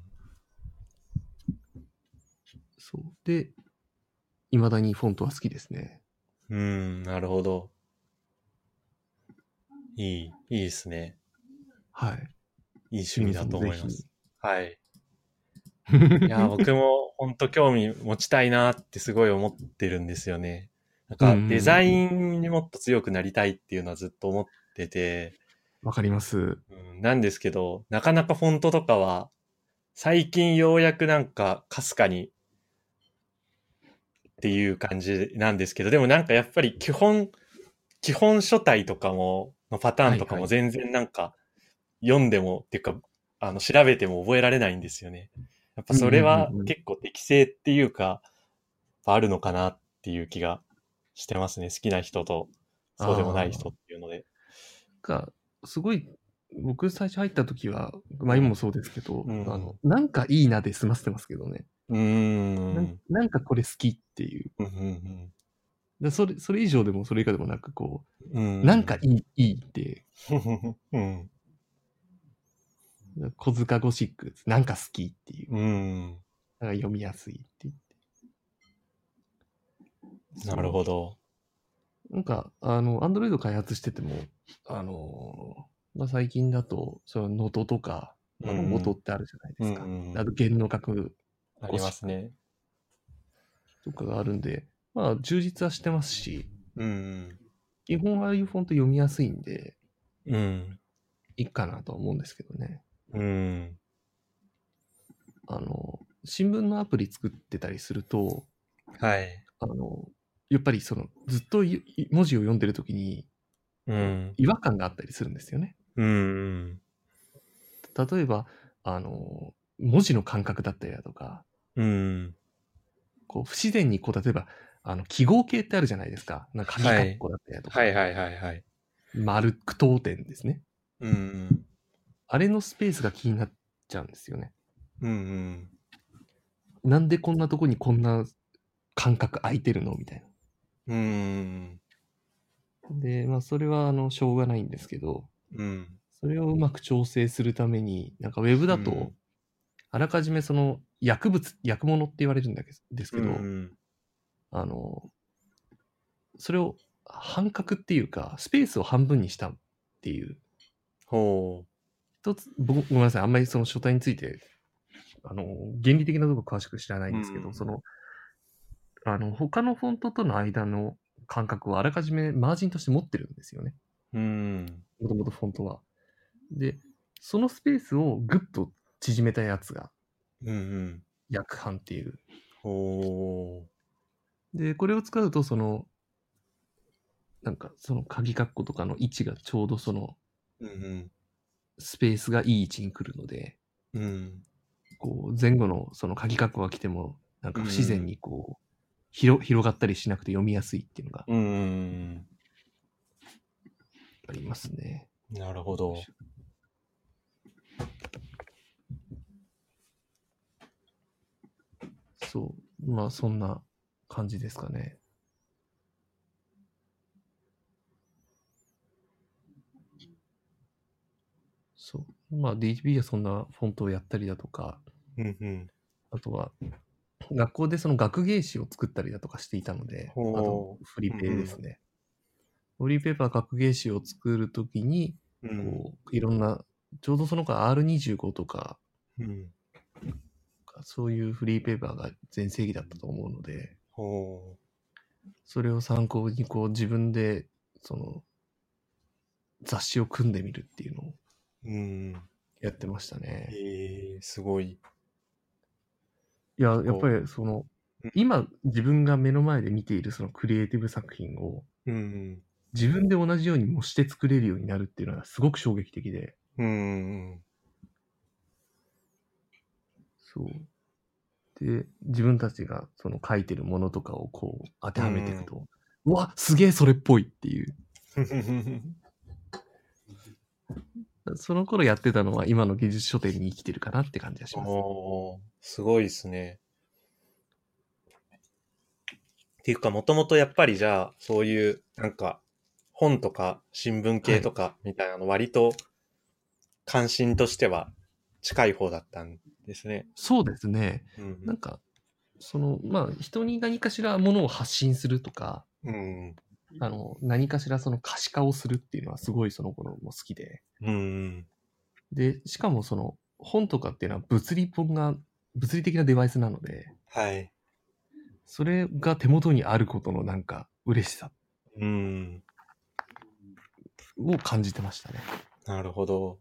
B: そう。で、未だにフォントは好きですね。
A: うん。うん、なるほど。いい、いいですね。
B: はい。
A: いい趣味だと思いま
B: 皆
A: す。 はい。いや、僕も本当興味持ちたいなってすごい思ってるんですよね。なんか
B: うんうんうん
A: デザインにもっと強くなりたいっていうのはずっと思ってて、
B: わかります。
A: うん、なんですけど、なかなかフォントとかは最近ようやくなんかかすかにっていう感じなんですけど、でもなんかやっぱり基本、基本書体とかも、のパターンとか
B: はい
A: も
B: はい
A: 全然なんか読んでもっていうか、あの、調べても覚えられないんですよね。やっぱそれは
B: うんうんうんうん
A: 結構適性っていうか、あるのかなっていう気がしてますね。好きな人と、そうでもない人っていうので。
B: が、すごい、僕最初入った時は、まあ今もそうですけど、
A: うん
B: あのなんかいいなで済ませてますけどね。
A: うーん。
B: なんなんかこれ好きっていう。
A: うんうん
B: でそれ、それ以上でもそれ以下でもなく、こ
A: うん
B: う、
A: う
B: なんかいい、いいって、
A: うん。
B: 小塚ゴシック、なんか好きっていう。
A: うん。
B: なんか読みやすいって言って。
A: なるほど。
B: なんか、あの、アンドロイド開発してても、あのー、まあ、最近だと、その、ノトとか、あ
A: うんう
B: の、
A: ん
B: ボトってあるじゃないですか。
A: うんうん
B: あと、弦の角
A: ありますね。
B: とかがあるんで、まあ、充実はしてますし、
A: うん。
B: 基本ああいうフォント読みやすいんで、
A: うん。
B: いいかなとは思うんですけどね。
A: うん。
B: あの、新聞のアプリ作ってたりすると、
A: はい。
B: あの、やっぱりその、ずっといい文字を読んでるときに
A: うん。
B: 違和感があったりするんですよね。
A: うん。
B: 例えば、あの、文字の感覚だったりだとか、
A: うん。
B: こう不自然にこう例えばあの記号形ってあるじゃないですか。なんか
A: は
B: 紙
A: い
B: 括弧だったりだとか、
A: はいはいはいはい。
B: 丸句読点ですね。
A: うん。
B: あれのスペースが気になっちゃうんですよね。
A: うんうん。
B: なんでこんなとこにこんな間隔空いてるのみたい
A: うん。
B: な。で、まあそれはあのしょうがないんですけど、
A: うん。
B: それをうまく調整するために、なんかウェブだ
A: う
B: と
A: ん、
B: あらかじめその薬物、薬物って言われるんだけどですけど、
A: うん。
B: あの、それを半角っていうか、スペースを半分にしたっていう
A: ほ
B: 一つ僕ごめんなさいあんまりその書体についてあの原理的なとこ詳しく知らないんですけど、
A: うん
B: そのあの他のフォントとの間の間隔をあらかじめマージンとして持ってるんですよね
A: う。うん。
B: もともとフォントはでそのスペースをぐっと縮めたやつが
A: うんうん。
B: 約半っていう
A: ほ
B: でこれを使うとそのなんかその鍵括弧とかの位置がちょうどその
A: う。うん
B: スペースがいい位置に来るので
A: うん。うん。
B: こう前後のその鍵括弧が来てもなんか不自然にこう広広がったりしなくて読みやすいっていうのが
A: うんうん。
B: ありますね。
A: なるほど。
B: そう。まあそんな感じですかね。そう。まあ DTP はそんなフォントをやったりだとか、
A: うんうん。
B: あとは学校でその学芸誌を作ったりだとかしていたので、あ
A: ほう
B: とフリペイですね。フリーペーパー学芸誌を作るときに、
A: うん。
B: こう、いろんな、ちょうどその間 R25 とか、
A: うん。
B: そういうフリーペーパーが全盛期だったと思うので、
A: ほ
B: それを参考にこう自分で、その、雑誌を組んでみるっていうのを
A: う。うん。
B: やってました
A: え
B: ね。
A: え、すごい。
B: いや、やっぱりその
A: うん、
B: 今自分が目の前で見ているそのクリエイティブ作品を
A: うん。
B: 自分で同じように模して作れるようになるっていうのはすごく衝撃的で、
A: うん。
B: そう。で、自分たちがその書いてるものとかをこう当てはめていくと、うわ、すげえそれっぽいっていう。 その頃やってたのは今の技術書店に生きてるかなって感じがします。
A: おーすごいですね。っていうか、もともとやっぱりじゃあ、そういう、なんか、本とか新聞系とかみたいなの、割と関心としては近い方だったんですね。
B: そうですね。
A: うん
B: なんか、その、まあ、人に何かしらものを発信するとか、
A: うん。
B: あの、何かしらその可視化をするっていうのはすごいその頃も好きで。
A: うん。
B: で、しかもその、本とかっていうのは物理本が、物理的なデバイスなので、
A: はい。
B: それが手元にあることのなんか嬉しさ
A: うん。
B: を感じてましたね。
A: なるほど。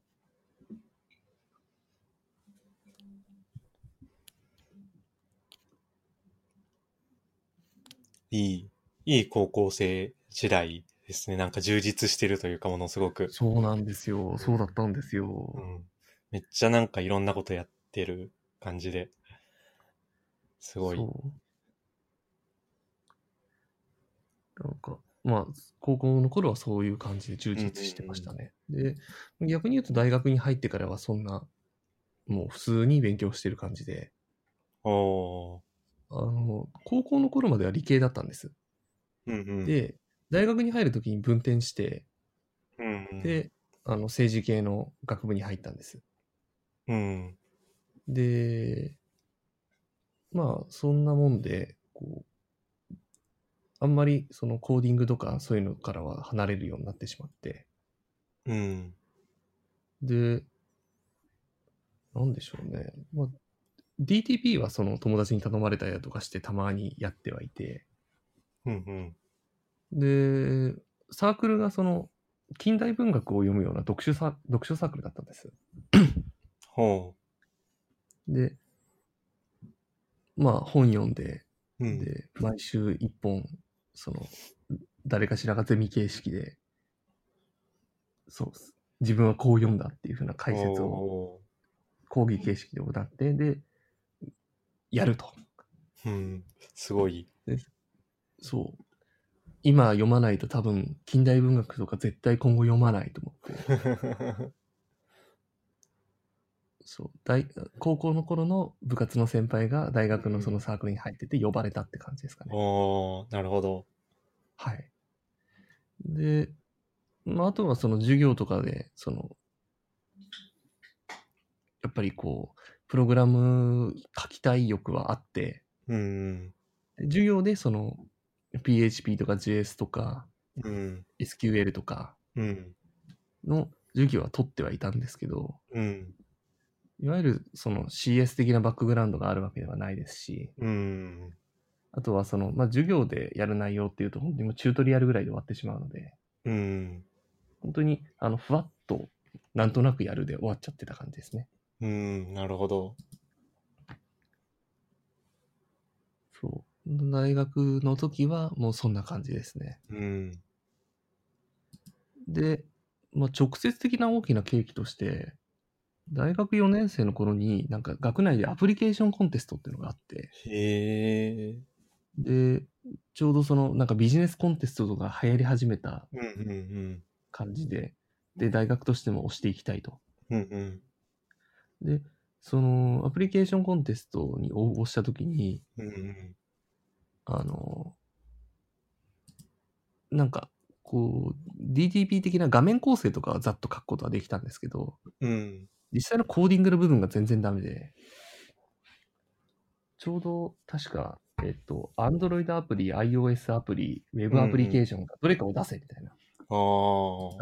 A: いい、いい高校生時代ですね。なんか充実してるというか、ものすごく。
B: そうなんですよ。そうだったんですよ。
A: うん。めっちゃなんかいろんなことやってる感じで。すごい。う
B: そうなんか、まあ、高校の頃はそういう感じで充実してましたね。で、逆に言うと大学に入ってからはそんな、もう普通に勉強してる感じで、
A: おー。
B: あの、高校の頃までは理系だったんです。
A: うんうん、
B: で、大学に入るときに分転して、
A: うんうん、
B: で、あの、政治系の学部に入ったんです。
A: うん。
B: で、まあ、そんなもんで、こう、あんまりそのコーディングとかそういうのからは離れるようになってしまって、
A: うん。
B: で、なんでしょうね。まあ、DTP はその友達に頼まれたりだとかしてたまにやってはいて、
A: うんうん。
B: で、サークルがその近代文学を読むような読書サ読書サークルだったんです。
A: ほ
B: で、まあ本読んで、
A: う。うん。
B: で、毎週一本、その、誰かしらがゼミ形式で、そうっす。自分はこう読んだっていうふうな解説を
A: を。
B: 講義形式で行って、で、やると。
A: うん。すごい。
B: そう。今読まないと多分、近代文学とか絶対今後読まないと思って、そう。大、高校の頃の部活の先輩が大学のそのサークルに入ってて呼ばれたって感じですかね。
A: おー、なるほど。
B: はい。で、まあ、あとはその授業とかで、その、やっぱりこう、プログラム書きたい欲はあって、
A: うん。
B: 授業でその PHP とか JS とか
A: うん。
B: SQL とか
A: うん。
B: の授業は取ってはいたんですけど、
A: うん。
B: いわゆるその CS 的なバックグラウンドがあるわけではないですし、
A: うん。
B: あとはその、まあ、授業でやる内容っていうと、本当にもうチュートリアルぐらいで終わってしまうので、
A: うん。
B: 本当にあのふわっとなんとなくやるで終わっちゃってた感じですね。
A: うん。なるほど。
B: そう。大学の時はもうそんな感じですね。
A: うん。
B: で、まあ、直接的な大きな契機として、大学4年生の頃になんか学内でアプリケーションコンテストっていうのがあって、
A: へえ。
B: で、ちょうどそのなんかビジネスコンテストとか流行り始めた
A: うんうん
B: 感じで、で、大学としても推していきたいと。
A: うん。うんうん。
B: で、そのアプリケーションコンテストに応募した時に、
A: うんうん。
B: あの、なんか、こう、DTP 的な画面構成とかはざっと書くことはできたんですけど、
A: うん。
B: 実際のコーディングの部分が全然ダメで、ちょうど確か、えっと、Android アプリ、iOS アプリ、Web アプリケーションがどれかを出せみたいな。
A: ああ。
B: あ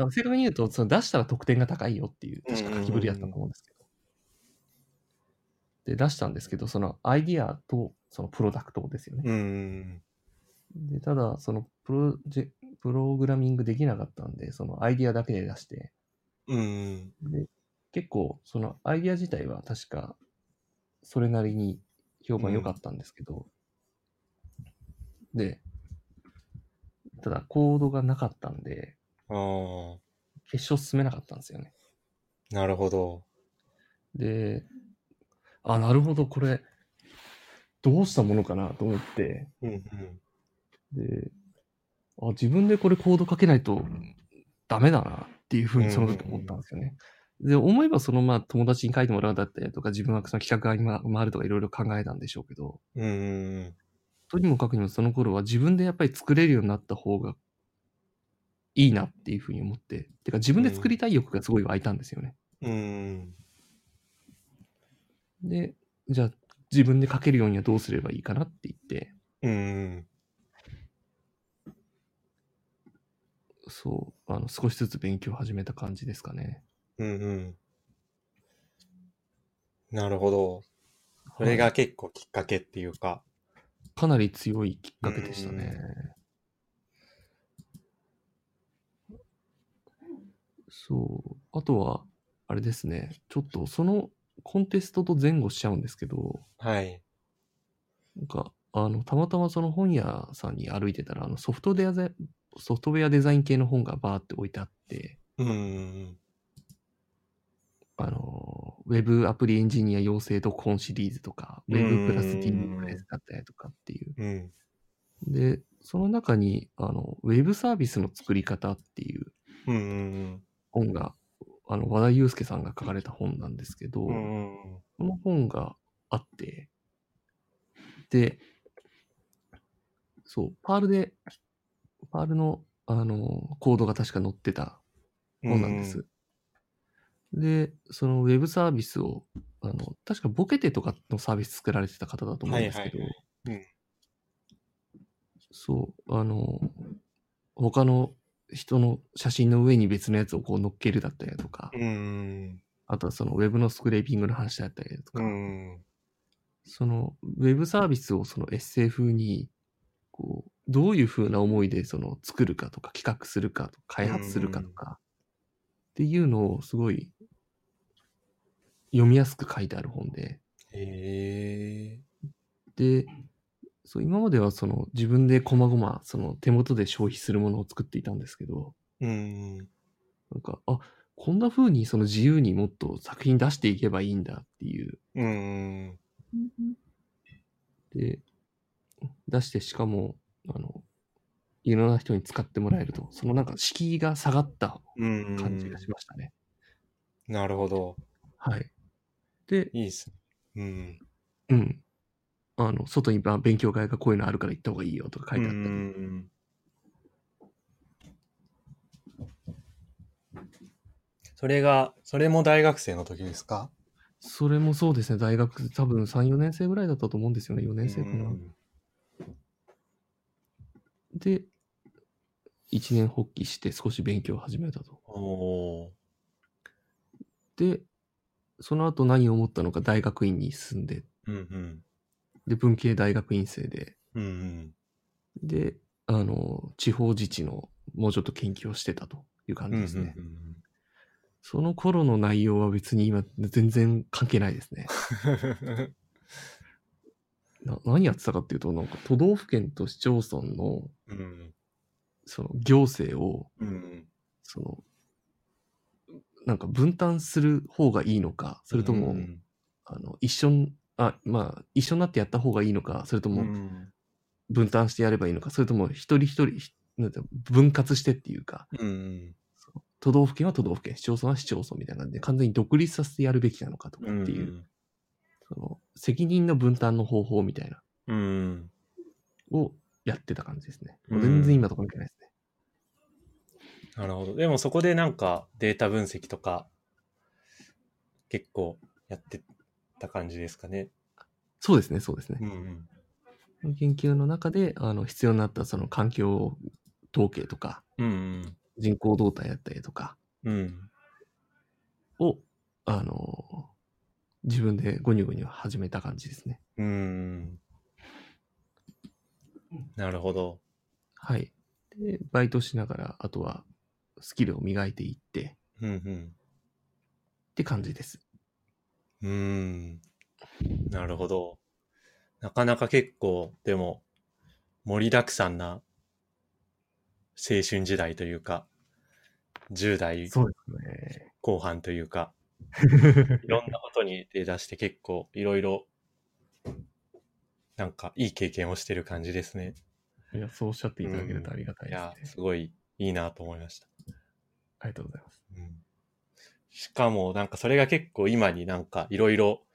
B: の正確に言うと、その出したら得点が高いよっていう、確か書きぶりだったと思うんですけど。で、出したんですけど、そのアイディアとそのプロダクトですよね。
A: うん。
B: で、ただ、そのプロジェ、プログラミングできなかったんで、そのアイディアだけで出して、
A: うん。
B: で、結構、そのアイディア自体は確か、それなりに評判良かったんですけど、で、ただ、コードがなかったんで、
A: ああ。
B: 決勝進めなかったんですよね。
A: なるほど。
B: で、あ、なるほど、これ、どうしたものかなと思って、
A: うんうん。
B: で、あ、自分でこれコード書けないとダメだなっていうふうにその時思ったんですよね。で、思えばそのまあ友達に書いてもらうだったりとか、自分はその企画が今回るとかいろいろ考えたんでしょうけど、
A: うんうん
B: とにもかくにもその頃は自分でやっぱり作れるようになった方がいいなっていうふうに思って、てか自分で作りたい欲がすごい湧いたんですよね。
A: うん。うん
B: で、じゃあ自分で書けるようにはどうすればいいかなって言って、
A: うんうん。
B: そう、あの少しずつ勉強を始めた感じですかね。
A: うんうん。なるほど。それが結構きっかけっていうか。
B: かなり強いきっかけでしたね。そう。あとは、あれですね。ちょっとそのコンテストと前後しちゃうんですけど、
A: はい。
B: なんか、あの、たまたまその本屋さんに歩いてたら、あのソフトデザイン、ソフトウェアデザイン系の本がバーって置いてあって、
A: うんうん
B: あの、ウェブアプリエンジニア養成読本シリーズとか、ウェブプラス TV プレスだったりとかっていう
A: うん。うん。
B: で、その中に、あの、ウェブサービスの作り方っていう
A: うんうん
B: 本が、あの、和田祐介さんが書かれた本なんですけど、
A: うん。うんうんうん。
B: この本があって、で、そう、パールで、パールの、あの、コードが確か載ってた本なんです。で、そのウェブサービスを、あの、確かボケてとかのサービス作られてた方だと思うんですけど、
A: はいはいはいうん
B: そう、あの、他の人の写真の上に別のやつをこう乗っけるだったりだとか、
A: うんうん
B: あとはそのウェブのスクレーピングの話だったりだと
A: う
B: か、
A: ん。うんうん。
B: そのウェブサービスをそのエッセイ風にこうどういう風な思いでその作るかとか企画するかとか開発するかとかっていうのをすごい読みやすく書いてある本で
A: へえ。
B: でそう今まではその自分で細々その手元で消費するものを作っていたんですけど
A: うんうん。
B: なんかあこんな風にその自由にもっと作品出していけばいいんだっていう
A: うんうん。
B: で、出してしかも、あの、いろんな人に使ってもらえると、そのなんか敷居が下がった
A: うんうん
B: 感じがしましたね。
A: なるほど。
B: はい。で、
A: いいですね。うん。
B: うん。あの、外にまあ勉強会がこういうのあるから行った方がいいよとか書いてあった
A: う
B: り、
A: んそれが、それも大学生の時ですか
B: それもそうですね、大学多分3、4年生ぐらいだったと思うんですよね、4年生かな。
A: うん
B: で、1年発起して少し勉強を始めたと。
A: おー
B: で、その後何を思ったのか大学院に進んで、
A: うん
B: で、文系大学院生で、
A: うん。うん
B: で、あの、地方自治のもうちょっと研究をしてたという感
A: うん。う
B: じ
A: ん
B: ですね。
A: うんうん
B: その頃の内容は別に今全然関係ないですね。な何やってたかっていうと、なんか都道府県と市町村の
A: うん。
B: その行政を、
A: うん。
B: その、なんか分担する方がいいのか、それとも、
A: うん
B: あの一緒に、あ、まあ、一緒になってやった方がいいのか、それと
A: う
B: も
A: ん。
B: 分担してやればいいのか、それとも一人一人、ひなんていうの分割してっていうか、
A: うん。
B: 都道府県は都道府県、市町村は市町村みたいな感じで、完全に独立させてやるべきなのかとかっていう、その責任の分担の方法みたいな
A: うん。
B: をやってた感じですね。
A: うん
B: 全然今と関係ないですね。
A: なるほど。でもそこでなんかデータ分析とか結構やってた感じですかね。
B: そうですね、そうですね。
A: ん。
B: 研究の中で、あの、必要になったその環境統計とか、
A: うん。
B: 人口動態だったりとか
A: うん。
B: を、あの、自分でゴニョゴニョ始めた感じですね。
A: うん。なるほど。
B: はい。で、バイトしながら、あとはスキルを磨いていって、
A: うん
B: って感じです。
A: うん。うん。なるほど。なかなか結構、でも、盛りだくさんな青春時代というか、10代
B: そうですね。
A: 後半という か、いろんなことに手出して結構いろいろなんかいい経験をしてる感じですね。
B: いや、そうおっしゃっていただけるとありがたい
A: い
B: で
A: や、
B: す
A: す
B: ね。
A: ごいいいなと思いました。
B: ありがとうございます。
A: うんしかも、なんかそれが結構今になんかいろいろ、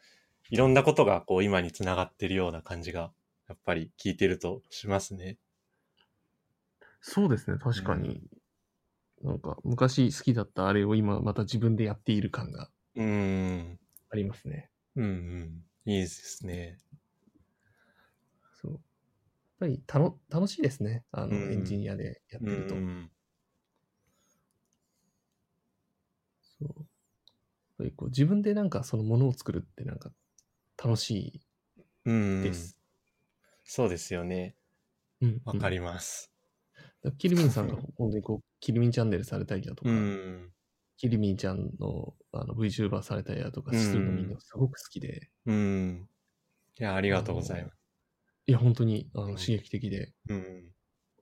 A: いろんなことがこう今につながってるような感じが、やっぱり聞いてるとしますね。
B: そうですね、確かに。なんか、昔好きだったあれを今また自分でやっている感が
A: うーん。
B: ありますね。
A: うんうん。いいですね。
B: そう。やっぱりたの楽しいですね。あの、
A: うん
B: エンジニアでやって
A: う
B: ると。
A: ん。
B: そう。やっぱりこう自分でなんかそのものを作るってなんか楽し
A: うん。
B: いです。
A: そうですよね。
B: うん。
A: わか
B: り
A: ります。
B: キリミンさんが本当にこう、キリミンチャンネルされたりだとか、
A: うん。
B: キリミンちゃんのあの VTuber されたりだとかするのみんなすごく好きで、
A: うん。いや、ありがとうございます。
B: いや、本当にあの
A: うん
B: 刺激的で、
A: うん。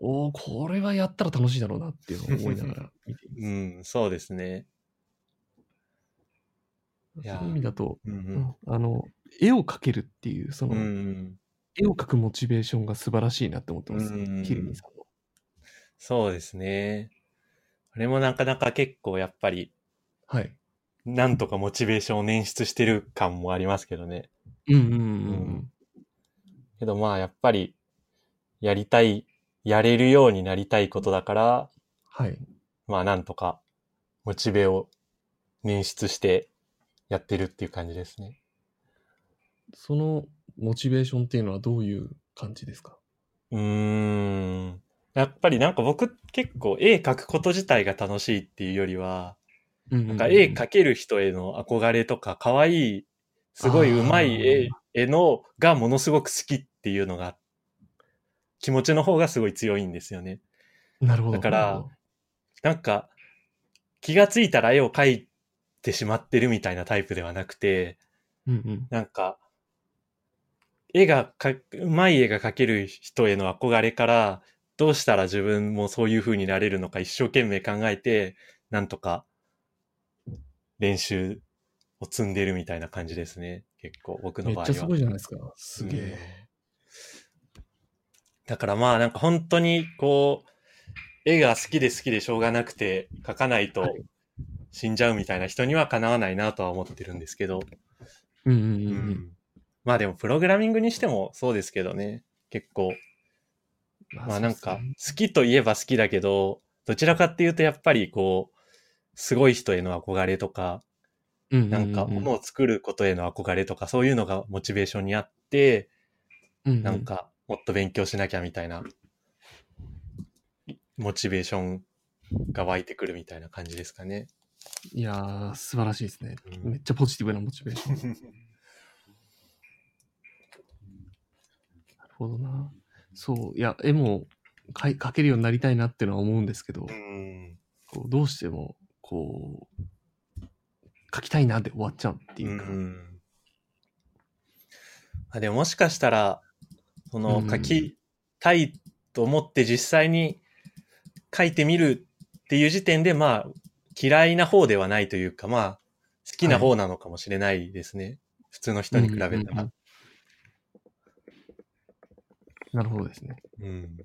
B: おおこれはやったら楽しいだろうなっていうのを思いながら見ています。
A: うん、そうですね。いや
B: そういう意味だと、
A: う
B: うんんあの、絵を描けるっていう、そ
A: うん。
B: の、
A: うん。
B: 絵を描くモチベーションが素晴らしいなって思ってます、
A: うん
B: キリミンさんの。
A: そうですね。あれもなかなか結構やっぱり、
B: はい。
A: なんとかモチベーションを捻出してる感もありますけどね。
B: うんうんうんう。
A: うんけどまあやっぱり、やりたい、やれるようになりたいことだから、
B: はい。
A: まあなんとかモチベを捻出してやってるっていう感じですね。
B: そのモチベーションっていうのはどういう感じですか
A: うーん。やっぱりなんか僕結構絵描くこと自体が楽しいっていうよりは、
B: な
A: なんか絵描ける人への憧れとか、可愛い、すごい上手い絵絵のがものすごく好きっていうのが、気持ちの方がすごい強いんですよね。
B: なるほど。
A: だから
B: なるほど
A: なんか、気がついたら絵を描いてしまってるみたいなタイプではなくて、
B: うんうん。
A: なんか、絵がか、うまい絵が描ける人への憧れから、どうしたら自分もそういう風になれるのか一生懸命考えて、なんとか練習を積んでるみたいな感じですね。結構、僕の
B: めっ
A: 場合は。
B: ちゃすごいじゃないですか。すげ
A: うん
B: え。
A: だからまあなんか本当にこう、絵が好きで好きでしょうがなくて描かないと
B: はい
A: 死んじゃうみたいな人にはかなわないなとは思ってるんですけど、
B: うんうんうんうん。
A: まあでもプログラミングにしてもそうですけどね、結構、まあなん
B: そう
A: か
B: です
A: 好
B: ね
A: きといえば好きだけど、どちらかっていうとやっぱりこう、すごい人への憧れとか、
B: ううう
A: なんか物を作ることへの憧れとか、そういうのがモチベーションにあって、
B: うう
A: なんか、もっと勉強しなきゃみたいな、モチベーションが湧いてくるみたいな感じですかね。
B: いやー素晴らしいですね、
A: うん
B: めっちゃポジティブなモチベーションなるほどなそういや絵もかい描けるようになりたいなっていうのは思うんですけど
A: ん。
B: こうどうしてもこう描きたいなで終わっちゃうっていうか、
A: ん。あでももしかしたら、その
B: うん
A: 書きたいと思って実際に書いてみるっていう時点で、まあ、嫌いな方ではないというか、まあ、好きな方なのかもしれないですね。普通の人に比べたら。
B: うんうんうんなるほどですね
A: うん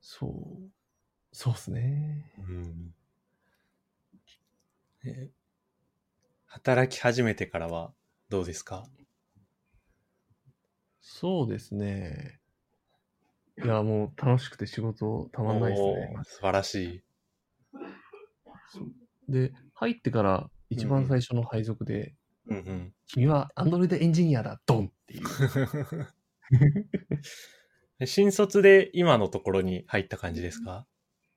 B: そうそうですね
A: うんえ働き始めてからはどうですか
B: そうですねいやもう楽しくて仕事たまんないですね
A: おー素晴らしい。
B: で、入ってから一番最初の配属で、
A: うん
B: 君は Android エンジニアだ、ドンっていう。
A: うん、新卒で今のところに入った感じですか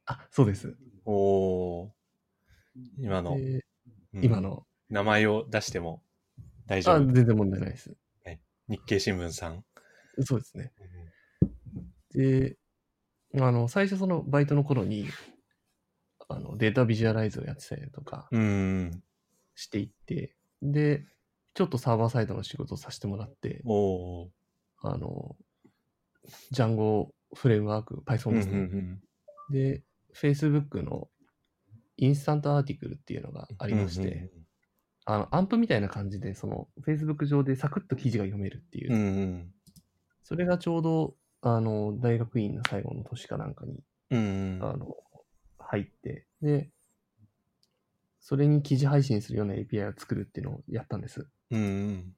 B: あ、そうです。
A: おおー今の、
B: で
A: うん
B: 今の。
A: 名前を出しても大丈
B: あ、
A: 夫。
B: 全然問題ないです。
A: 日経新聞さん。
B: そうですね。で、あの、最初そのバイトの頃に、あの、データビジュアライズをやってたりだとか
A: うん。
B: していって、で、ちょっとサーバーサイドの仕事をさせてもらって、
A: おお
B: あの、ジャンゴフレームワーク、
A: ー
B: Python ですね。
A: ん
B: で、Facebook のインスタントアーティクルっていうのがあ
A: あ
B: りまして、あの、アンプみたいな感じで、その、Facebook 上でサクッと記事が読めるっていう。
A: うんうん。
B: それがちょうど、あの、大学院の最後の年かなんかに、
A: うんうん。
B: あの、入って、で、それに記事配信するような API を作るっていうのをやったんです。
A: うんうん。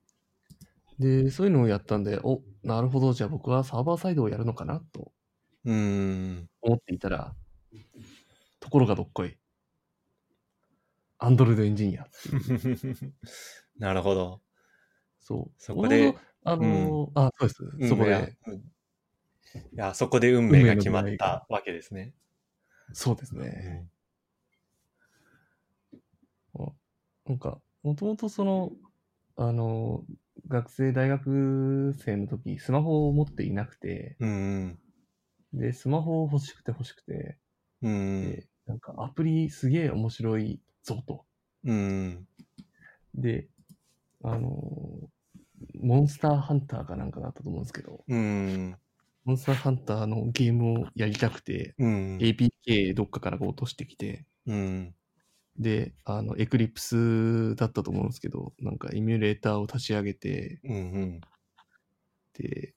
B: で、そういうのをやったんで、お、なるほど、じゃあ僕はサーバーサイドをやるのかなと
A: うんうん。
B: 思っていたら、ところがどっこい。アンドロイドエンジニア。
A: なるほど。
B: そう。
A: そこで
B: ちょうど、あの、あ、そうです。そ
A: 運
B: こ
A: 命
B: で、
A: がうんいや、そこで運命が決まったわけですね。
B: そうですね。なんか、もともとその、あの、学生、大学生の時、スマホを持っていなくて、
A: うんうん。
B: で、スマホを欲しくて欲しくて、
A: うんうん。
B: で、なんかアプリすげえ面白いぞと。
A: うん
B: で、あの、モンスターハンターかなんかだったと思うんですけど、
A: うん。うん
B: モンスターハンターのゲームをやりたくて、
A: うん。
B: APK どっかからこう落としてきて、
A: うん。
B: で、あの、エクリプスだったと思うんですけど、なんかエミュレーターを立ち上げて、
A: うんうん。
B: で、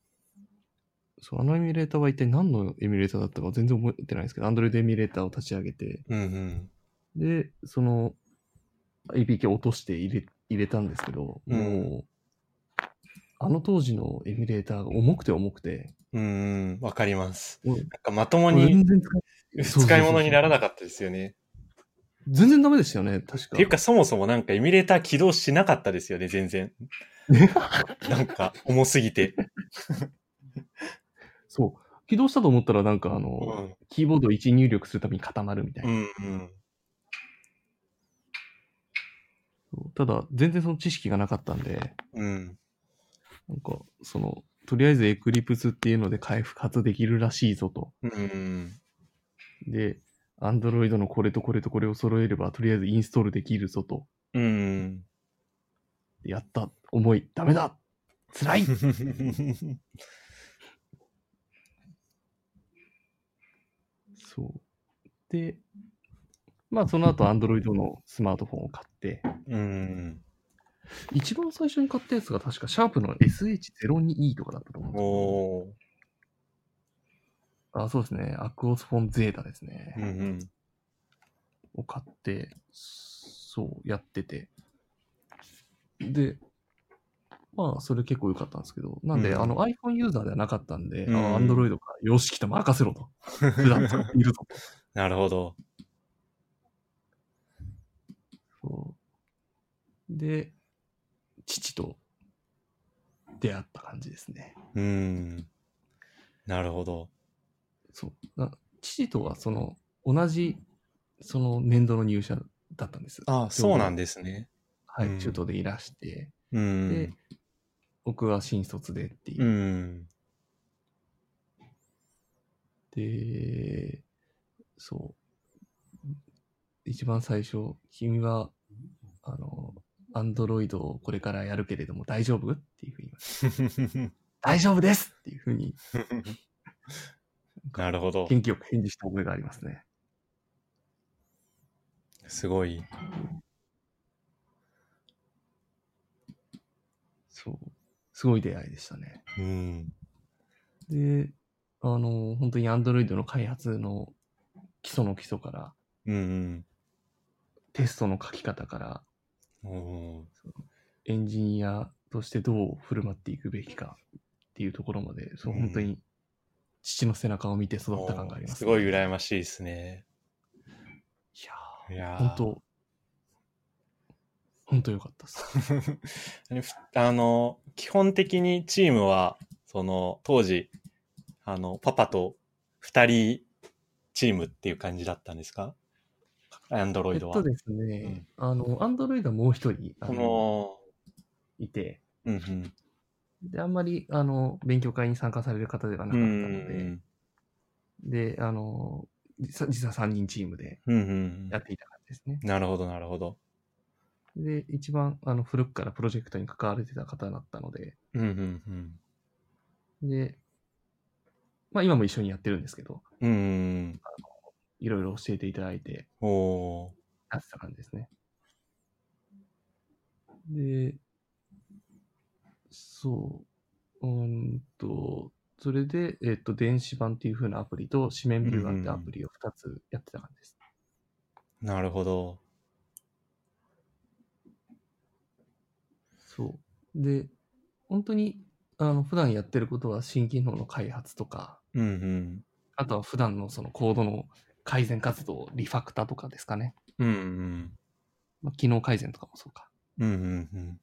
B: そう、あのエミュレーターは一体何のエミュレーターだったか全然覚えてないんですけど、Android エミュレーターを立ち上げて、
A: うんうん。
B: で、その APK を落として入れ入れたんですけど、もう、
A: うん
B: あの当時のエミュレーターが重くて重くて、
A: うんうん。わかります。
B: うん
A: なんかまともに
B: 全然使えそうそうそう
A: 使い物にならなかったですよね。
B: 全然ダメでしたよね、確か。
A: っていうかそもそもなんかエミュレーター起動しなかったですよね、全 然。なんか重すぎて。
B: そう。起動したと思ったらなんかあ
A: う
B: の、
A: ん
B: キーボード1入力するために固まるみたいうな。
A: んうん。
B: そうただ、全然その知識がなかったんで、
A: うん。
B: なんか、その、とりあえずエクリプスっていうので開発できるらしいぞと。
A: うん。
B: で、Android のこれとこれとこれを揃えれば、とりあえずインストールできるぞと。
A: うん。
B: やった、思い、ダメだ辛いそう。で、まあその後 Android のスマートフォンを買って、
A: うん。
B: 一番最初に買ったやつが確かシャープの SH02E とかだったと思うん
A: お
B: ですけ
A: ー。
B: ど。あ、そうですね。アクオスフォンゼータですね。
A: うんうん。
B: を買って、そう、やってて。で、まあ、それ結構良かったんですけど、なんで、
A: うん
B: あの iPhone ユーザーではなかったんで、
A: うん
B: あ Android か、よし、来た、任せろと。普段使って いると。
A: なるほど。
B: そうで、父と出会った感じですね。
A: うん。なるほど。
B: そう。な父とは、その、同じ、その年度の入社だったんです。
A: あそうなんですね。
B: はい、
A: うん
B: 中東でいらして、
A: う
B: で
A: ん。、
B: 僕は新卒でっていうう。
A: ん。
B: で、そう。一番最初、君は、あの、アンドロイドをこれからやるけれども大丈夫っていうふうに言いました。大丈夫ですっていうふうに、
A: なるほ ど。
B: 元気よく返事した覚えがありますね。
A: すごい。
B: そう。すごい出会いでしたね。
A: うん。
B: で、あの、本当にアンドロイドの開発の基礎の基礎から、
A: うん
B: テストの書き方から、
A: うん。おー
B: エンジニアとしてどう振る舞っていくべきかっていうところまで、そう
A: うん
B: 本当に父の背中を見て育った感があります、
A: すごい
B: いや
A: 羨ましいですね。いやー
B: ー本 当、本当よかったっす。
A: あの、基本的にチームは、その、当時、あの、パパと二人チームっていう感じだったんですかアンドロ
B: え
A: イ
B: っ
A: ドは。
B: とですね、あの、アンドロイドはもう一人あの
A: も
B: いて、
A: う、うんうん。
B: で、あんまり、あの、勉強会に参加される方ではなか
A: う
B: った
A: んう
B: ので、
A: ん
B: で、あの、実は実は3人チームで
A: うんうん
B: やっていた感じですね。
A: なるほど、なるほど。
B: で、一番、あの、古くからプロジェクトに関われてた方だったので、
A: うんうんうん。
B: で、まあ今も一緒にやってるんですけど、
A: うんうん
B: いろいろ教えていただいて
A: うん。おー
B: やってた感じですね。で、そう、うーんと、それで、えっと、電子版っていう風なアプリと、紙面ビューアーってアプリを2つやってた感じです。
A: なるほど。
B: そう。で、本当に、あの、普段やってることは新機能の開発とか、
A: うんうん。
B: あとは普段のそのコードの改善活動、リファクタとかですかね。
A: うんうん。
B: まあ、機能改善とかもそうか。
A: うんうんうん。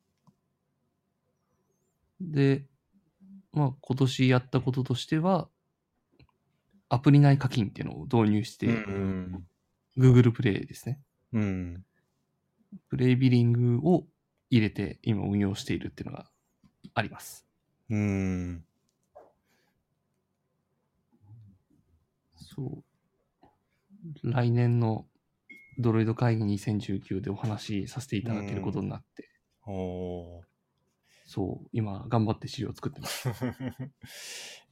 B: で、まあ今年やったこととしては、アプリ内課金っていうのを導入して、
A: うん
B: Google プレイですね。
A: うん。うん。
B: プレイビリングを入れて今運用しているっていうのがあります。
A: うん。
B: そう。来年のドロイド会議2019でお話しさせていただけることになって、
A: おー
B: そう、今頑張って資料を作ってます。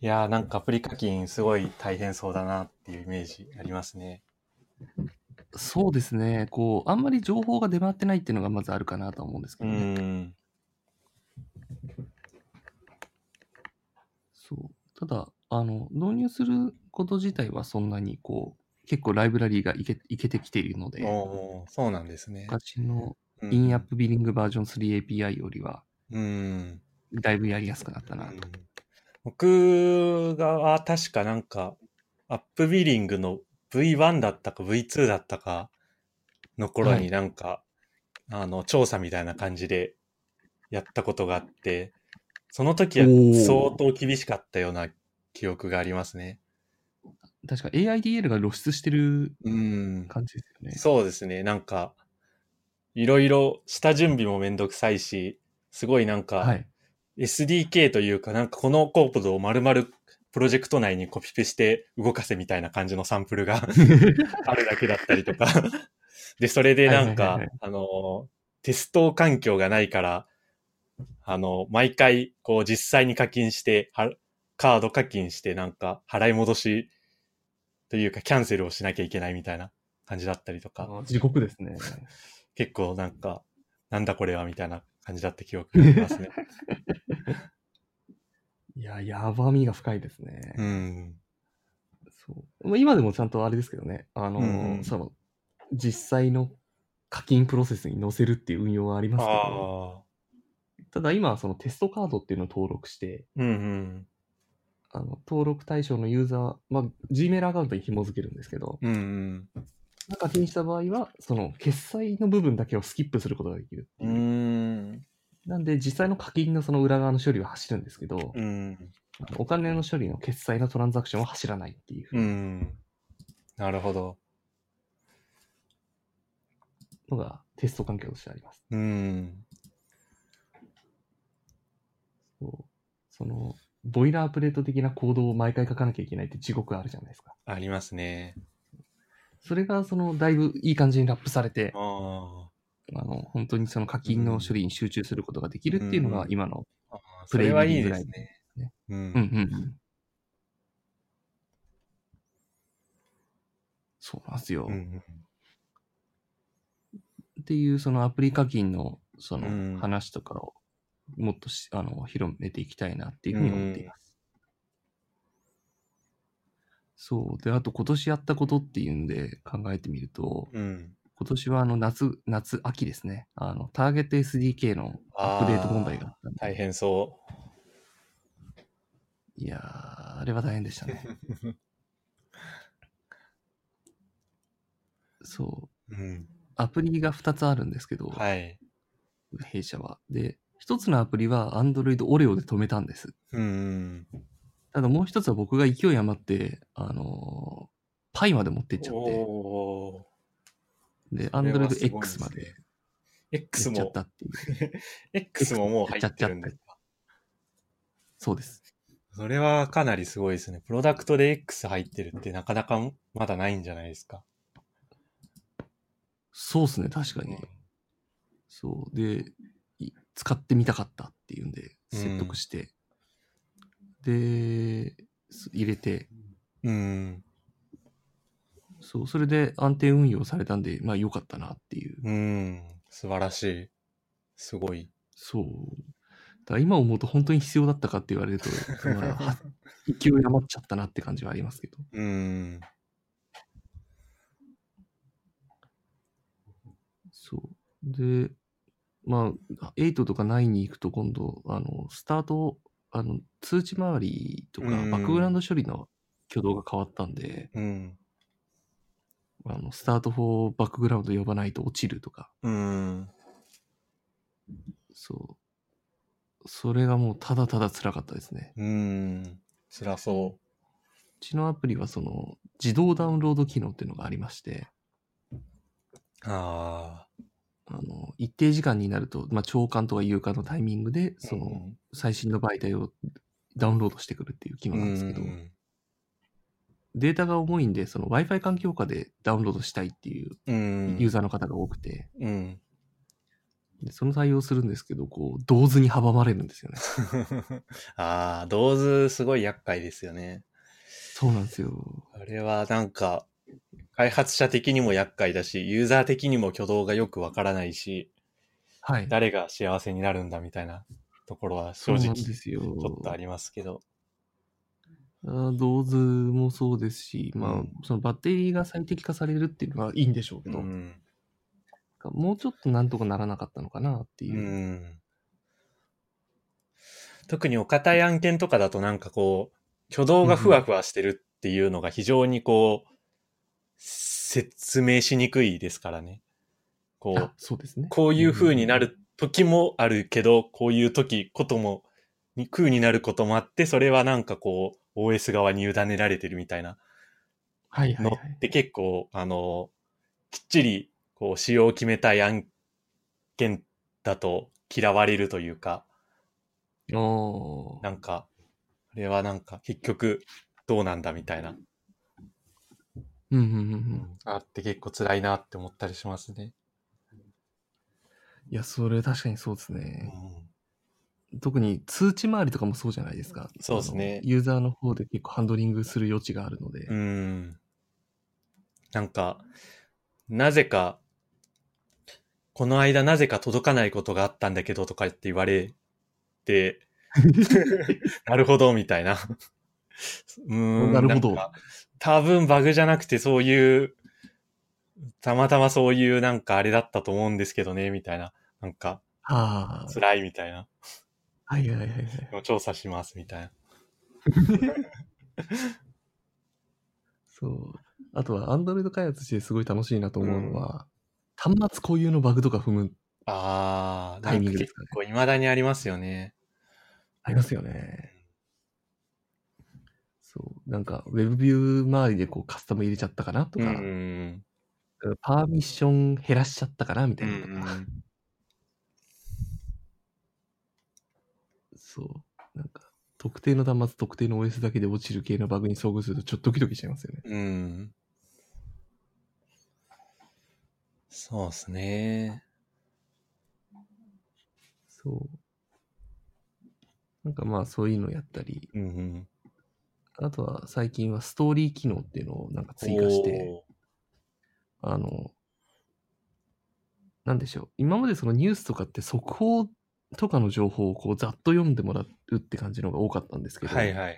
A: いやーなんかアプリ課金すごい大変そうだなっていうイメージありますね。
B: そうですね。こう、あんまり情報が出回ってないっていうのがまずあるかなと思うんですけ
A: う
B: どね。
A: ん。
B: そう。ただ、あの、導入すること自体はそんなにこう、結構ライブラリーがいけいけてきているので、
A: おーそうなんですね。
B: 昔の
A: うん
B: インアップビリングバージョン 3API よりは、
A: うん。
B: だいぶやりやすくなったな
A: う
B: と。
A: ん僕が確かなんか、アップビリングの V1 だったか V2 だったかの頃
B: は
A: に
B: い
A: なんか、あの、調査みたいな感じでやったことがあって、その時は
B: おー
A: 相当厳しかったような記憶がありますね。
B: 確か AIDL が露出してる
A: うん。
B: 感じですよね。
A: そうですね。なんか、いろいろ下準備もめんどくさいし、すごいなんか、
B: はい。
A: SDK というか、なんかこのコードを丸々プロジェクト内にコピペして動かせみたいな感じのサンプルが あるだけだったりとか。 で、それでなん
B: はいは
A: か
B: いはい、
A: あの、テスト環境がないから、あの、毎回、こう実際に課金して、はカード課金して、なんか払い戻しというかキャンセルをしなきゃいけないみたいな感じだったりとか、
B: あ地獄ですね。
A: 結構なんか、なんだこれはみたいな感じだった記憶があります ね。
B: いや、やばみが深いですね。
A: うん。
B: そうまあ今でもちゃんとあれですけどね、あの、
A: うんうん
B: その、実際の課金プロセスに載せるっていう運用はありますけど、
A: ああ。
B: ただ今はそのテストカードっていうのを登録して、
A: うん
B: あの登録対象のユーザー、まあ、Gmail アカウントに紐付けるんですけど、
A: うん。うん
B: 課金した場合は、その決済の部分だけをスキップすることができるって
A: う
B: いう。
A: ん。
B: なんで、実際の課金のその裏側の処理は走るんですけど、
A: うん。
B: お金の処理の決済のトランザクションは走らないっていう
A: うん。なるほど。
B: のがテスト環境としてあります。
A: うん。
B: そうその、ボイラープレート的な行動を毎回書かなきゃいけないって地獄あるじゃないですか。
A: ありますね。
B: それが、その、だいぶいい感じにラップされて、
A: あ
B: あの、本当にその課金の処理に集中することができるっていうの
A: う
B: が
A: ん
B: 今の、
A: あ。そ
B: プレイ
A: れ
B: ビリ
A: はいい
B: ーぐ
A: で
B: らい
A: すね
B: ね。
A: う。
B: うんうんんうん。そうなんですよ。
A: う
B: っ
A: ん。
B: ていう、そのアプリ課金の、そ
A: うん
B: の話とかを、もっとし、あの、広めていきたいなっていうふうに思っています。そう。で、あと今年やったことっていうんで考えてみると、
A: うん。
B: 今年はあの夏、夏、秋ですね。あの、ターゲット SDK のアップデート問題があったんで。
A: 大変そ
B: いやー、あれは大変でしたね。
A: う。
B: そう。
A: うん。
B: アプリが2つあるんですけど、
A: はい。
B: 弊社は。で、1つのアプリは Android Oreo で止めたんです。
A: うん。
B: ただもう1つは僕が勢い余って、あのー、パイまで持ってっちゃって、
A: おー。
B: で、
A: これは
B: Android
A: すごいす
B: X
A: ね
B: まで。や
A: X
B: っちゃっ
A: も
B: た、っていう。
A: X ももう入ってるん
B: やっちゃっ
A: で
B: た。そうです。
A: それはかなりすごいですね。プロダクトで X 入ってるってなかなかまだないんじゃないですか。
B: そうですね、確かに。そう。で、い使ってみたかったっていうんで、説得して、です入れて、
A: うん。
B: そう、それで安定運用されたんで、まあ良かったなっていう
A: うん。素晴らしい。すごい。
B: そう。だから今思うと本当に必要だったかって言われ ると、まあ、は勢い余っちゃったなって感じはありますけど。
A: うん。
B: そう。で、まあ、8とか9に行くと今度、あの、スタート、あの、通知回りとか、
A: うん
B: バックグラウンド処理の挙動が変わったんで、
A: うん。
B: あの、スタート4バックグラウンド呼ばないと落ちるとか、
A: うん。
B: そう。それがもうただただ辛かったですね。
A: うん。辛そう
B: ちのアプリはその、自動ダウンロード機能っていうのがありまして、
A: う。ああ。
B: あの、一定時間になると、まあ、長官とか有刊のタイミングで、その、最新の媒体をダウンロードしてくるっていう機
A: う
B: 能なんですけど、
A: ん。
B: データが重いんで、その Wi-Fi 環境下でダウンロードしたいっていう
A: うん。
B: ユーザーの方が多くて、
A: うん。
B: でその対応するんですけど、こう、同図に阻まれるんですよね。
A: ああ、銅図すごい厄介ですよね。
B: そうなんですよ。
A: あれはなんか、開発者的にも厄介だし、ユーザー的にも挙動がよくわからないし、
B: はい。
A: 誰が幸せになるんだみたいなところは
B: そ
A: 正
B: うな
A: 直
B: ん
A: ち
B: ですよ。
A: ょっとありますけど。
B: あ銅図もそうですし、まあ、
A: うん
B: そのバッテリーが最適化されるっていうのはいいんでしょうけ
A: う
B: ど、
A: ん。
B: もうちょっとなんとかならなかったのかなっていうう。
A: ん。特にお堅い案件とかだとなんかこう、挙動がふわふわしてるっていうのが非常にこう、説明しにくいですからね。こう
B: あ、、そうですね。
A: こういう風になる時もあるけど、こういう時、ことも、に空になることもあって、それはなんかこう、OS 側に委ねられてるみたいな
B: はいはい
A: の
B: は
A: っ
B: い。
A: て結構、あの、きっちり、こう、使用を決めたい案件だと嫌われるというか、
B: おー
A: なんか、あれはなんか、結局、どうなんだみたいな、
B: うんうんうんう。
A: うんんあって結構辛いなって思ったりしますね。
B: いや、それ確かにそうです
A: う
B: ね。
A: ん
B: 特に通知回りとかもそうじゃないですか。
A: そうですね
B: あのユーザーの方で結構ハンドリングする余地があるので。
A: うーん。なんか、なぜか、この間なぜか届かないことがあったんだけどとかって言われ て、なるほど、みたいな。うーん。
B: なるほど
A: んか多分バグじゃなくてそういう、たまたまそういうなんかあれだったと思うんですけどね、みたいな。なんか、
B: はあ。
A: 辛いみたいな。
B: はいはいはいはい。
A: でも調査します、みたいな。
B: そう。あとは、アンドロイド開発してすごい楽しいなと思うのは、端末固有のバグとか踏む、
A: あー、
B: タイミング
A: な
B: で
A: ん
B: す
A: か
B: かね
A: 結構未だにありますよね。
B: ありますよね。そう。なんか、ウェブビュー周りでこうカスタム入れちゃったかなと
A: う
B: か、
A: ん。
B: パーミッション減らしちゃったかなみた
A: う
B: い
A: ん
B: なとか、
A: うん
B: そう。なんか、特定の端末、特定の OS だけで落ちる系のバグに遭遇すると、ちょっとドキドキしちゃいますよね。
A: うん。そうですね。
B: そう。なんかまあ、そういうのやったり、
A: うんうん。
B: あとは最近はストーリー機能っていうのをなんか追加して、あの、なんでしょう。今までそのニュースとかって速報とかの情報をこうざっと読んでもらうって感じのが多かったんです
A: お
B: け
A: ー。
B: ど、
A: はいはい。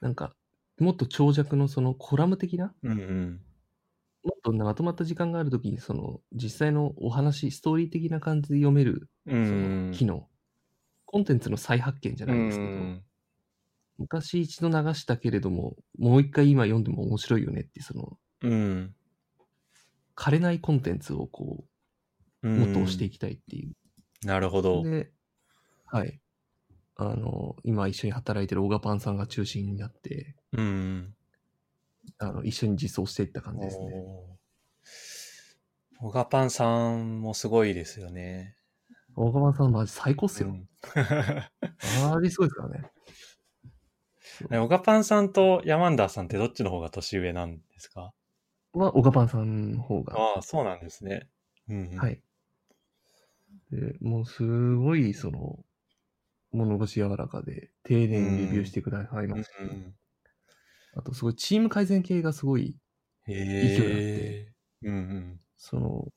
B: なんか、もっと長尺のそのコラム的な
A: うんうん。
B: もっとまとまった時間があるときに、その実際のお話、ストーリー的な感じで読める
A: う
B: そ
A: ん
B: の機能、コンテンツの再発見じゃ
A: う
B: ないですけど、
A: ん。
B: 昔一度流したけれども、もう一回今読んでも面白いよねって、その
A: うん。
B: 枯れないコンテンツをこ
A: う
B: う、
A: ん
B: もっと押していきたいっていう。
A: なるほど。
B: で、はい。あの、今一緒に働いてるオガパンさんが中心になって、
A: うん。
B: あの一緒に実装していった感じですね。
A: おーオガパンさんもすごいですよね。
B: オガパンさんマジ最高っすよ。 あれすごいですからね。
A: うんオガパンさんとヤマンダーさんってどっちの方が年上なんですか
B: は、オガパンさんの方が。
A: ああ、そうなんですね。うんうん。
B: はい。で、もうすごい、その、物腰柔らかで、丁寧にレビューしてくださいま
A: うん
B: したし、
A: うん。
B: あとすごいチーム改善系がすごい、
A: へ
B: 勢いがあっ
A: え。うんうん。
B: その、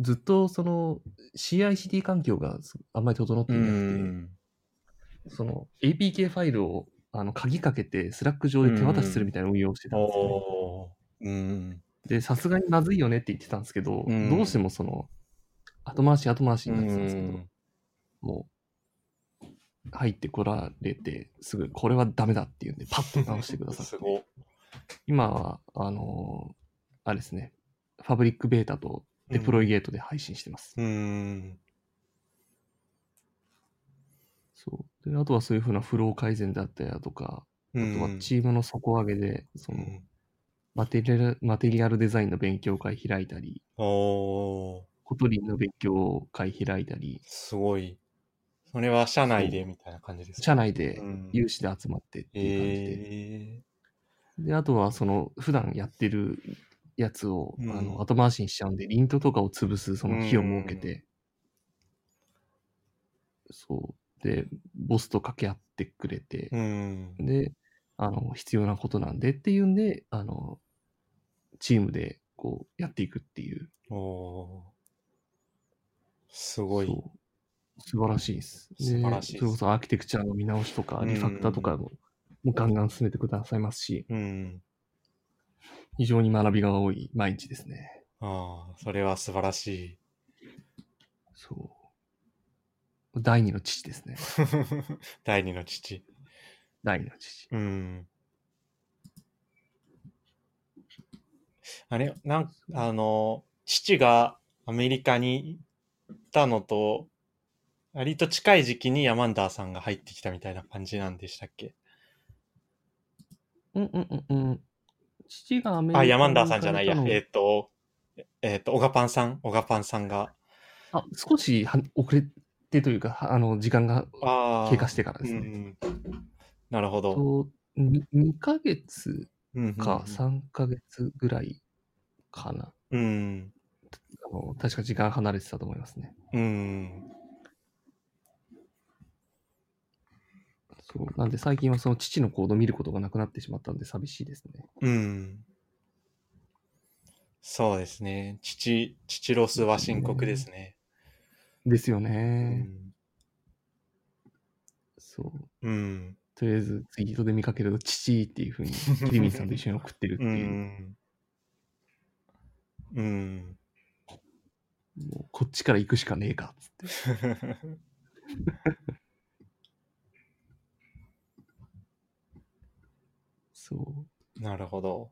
B: ずっとその CICD 環境があんまり整って
A: う
B: いなくて、
A: ん。
B: その APK ファイルをあの鍵かけて、スラック上で手渡しするみたいな運用をしてたんですよね、
A: おーうん。
B: で、さすがにまずいよねって言ってたんですけど、
A: うん
B: どうしてもその、後回し後回し
A: う
B: になってたんですけど、
A: ん。
B: もう、入ってこられて、すぐ、これはダメだっていうんで、パッと直してくださっ て
A: すご。
B: 今は、あのーあれですね、ファブリックベータとデプロイゲートで配信してます。
A: うん。
B: そう。で、あとはそういうふうなフロー改善だったりだとか、
A: う
B: あとは
A: ん。
B: チームの底上げで、その、マテリアル、マテリアルデザインの勉強会開いたり、
A: おおー
B: コトリンの勉強会開いたり、
A: すごい。それは社内でみたいな感じですか
B: 社内で
A: うん
B: 有志で集まってっていう感じで、
A: え
B: で、あとはその普段やってるやつを、
A: うん
B: あの後回しにしちゃうんで、リントとかを潰すその日を設けて、そう。で、ボスと掛け合ってくれて
A: ー、うん。
B: で、あの、必要なことなんでっていうんで、あの、チームでこうやっていくっていう、
A: おおーすごい。
B: そう素晴らしいです。で
A: 素晴らしいです
B: それこそアーキテクチャの見直しとか、
A: うん
B: リファクターとかも、もうガンガン進めてくださいますし、
A: うん。
B: 非常に学びが多い毎日ですね。
A: ああ、それは素晴らし
B: そう。第二の父ですね。
A: い。 第二の父。
B: 第二の父。
A: うん。あれ、なん、あの、父がアメリカに行ったのと、割と近い時期にヤマンダーさんが入ってきたみたいな感じなんでしたっけ
B: うんうんうんうん。父がアメリカ
A: あ、
B: に
A: ヤマンダーさんじゃないや
B: 行。かれ
A: えっ、と、えっ、と、オガパンさん、オガパンさんが。
B: たのあ、少しは遅れてというか、はあの、時間が
A: ああ。
B: 経過してからですね。
A: うんなるほど。
B: とに 2, ヶ月
A: うん
B: か3ヶ月ぐらいかな。
A: うん。
B: あの確か時間離れてたと思いますね。
A: うん。
B: そう。なんで最近はその父の行動を見ることがなくなってしまったんで寂しいですね。
A: うん。そうですね。父、父ロスは深刻ですね。
B: ですよ
A: う
B: ね。
A: ん。
B: そ
A: う
B: う。
A: ん。
B: とりあえずツイートで見かけると、父っていうふ うに、キリミンさんと一緒に送ってるって
A: う
B: いう、
A: ん。うん。
B: もうこっちから行くしかねえかっつって。そう。
A: なるほど。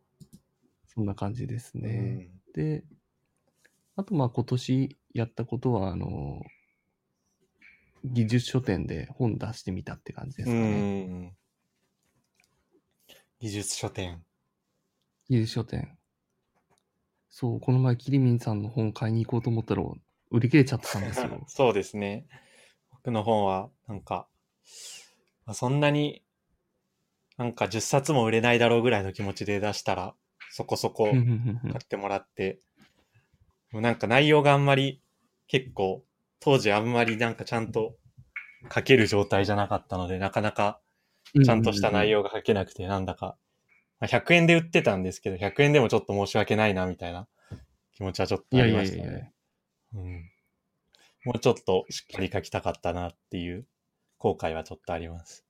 B: そんな感じです
A: う
B: ね。
A: ん。
B: で、あとまあ今年やったことは、あの、技術書店で本出してみたって感じです
A: う
B: かね。
A: ん。技術書店。。
B: 技術書店。そう、この前、キリミンさんの本買いに行こうと思ったら、売り切れちゃってたんですよ
A: そうですね。僕の本は、なんか、まあそんなに、なんか10冊も売れないだろうぐらいの気持ちで出したら、そこそこ
B: うんう
A: 買
B: んうんうん
A: ってもらって、もうなんか内容があんまり、結構、当時あんまりなんかちゃんと書ける状態じゃなかったので、なかなかちゃんとした内容が書けなくて、なんだか、まあ100円で売ってたんですけど、100円でもちょっと申し訳ないな、みたいな気持ちはちょっと
B: い
A: あ
B: やい
A: り
B: や
A: ま
B: い
A: し
B: や
A: た
B: いや
A: ね。。うんもうちょっとしっかり書きたかったなっていう後悔はちょっとあります。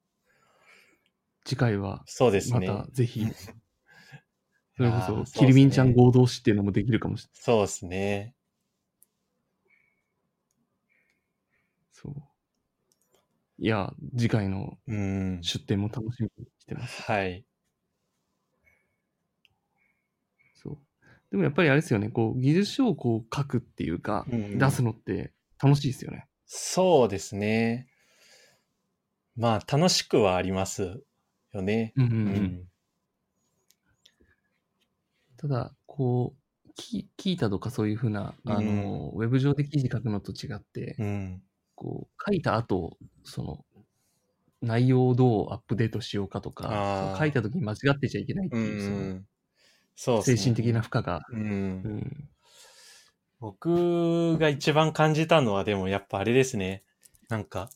B: 次回は
A: そうです
B: ま
A: ね。
B: た ぜひ、それこ
A: あーそうです
B: そ、
A: ね
B: キリミンちゃん合同誌っていうのもできるかもしれない。
A: そうですね。
B: そう。いや、次回の
A: うん。
B: 出展も楽しみにしてます。
A: はい。
B: そう。でもやっぱりあれですよね、こう、技術書をこう書くっていうか、
A: うん
B: 出すのって楽しいですよね。
A: そうですね。まあ、楽しくはありますよね。
B: うんうん
A: う
B: うん。
A: ん。
B: ただ、こう、キキータとかそういうふうな、あの、ウェブ上で記事書くのと違って、
A: うん。
B: こう、書いた後、その、内容をどうアップデートしようかと
A: あー
B: か、その書いた時に間違ってちゃいけないって
A: う
B: いう、その
A: ん。そうです
B: 精
A: ね。
B: 神的な。負荷が。
A: うん
B: う。ん。
A: 僕が一番感じたのはでもやっぱあれですね。なんか、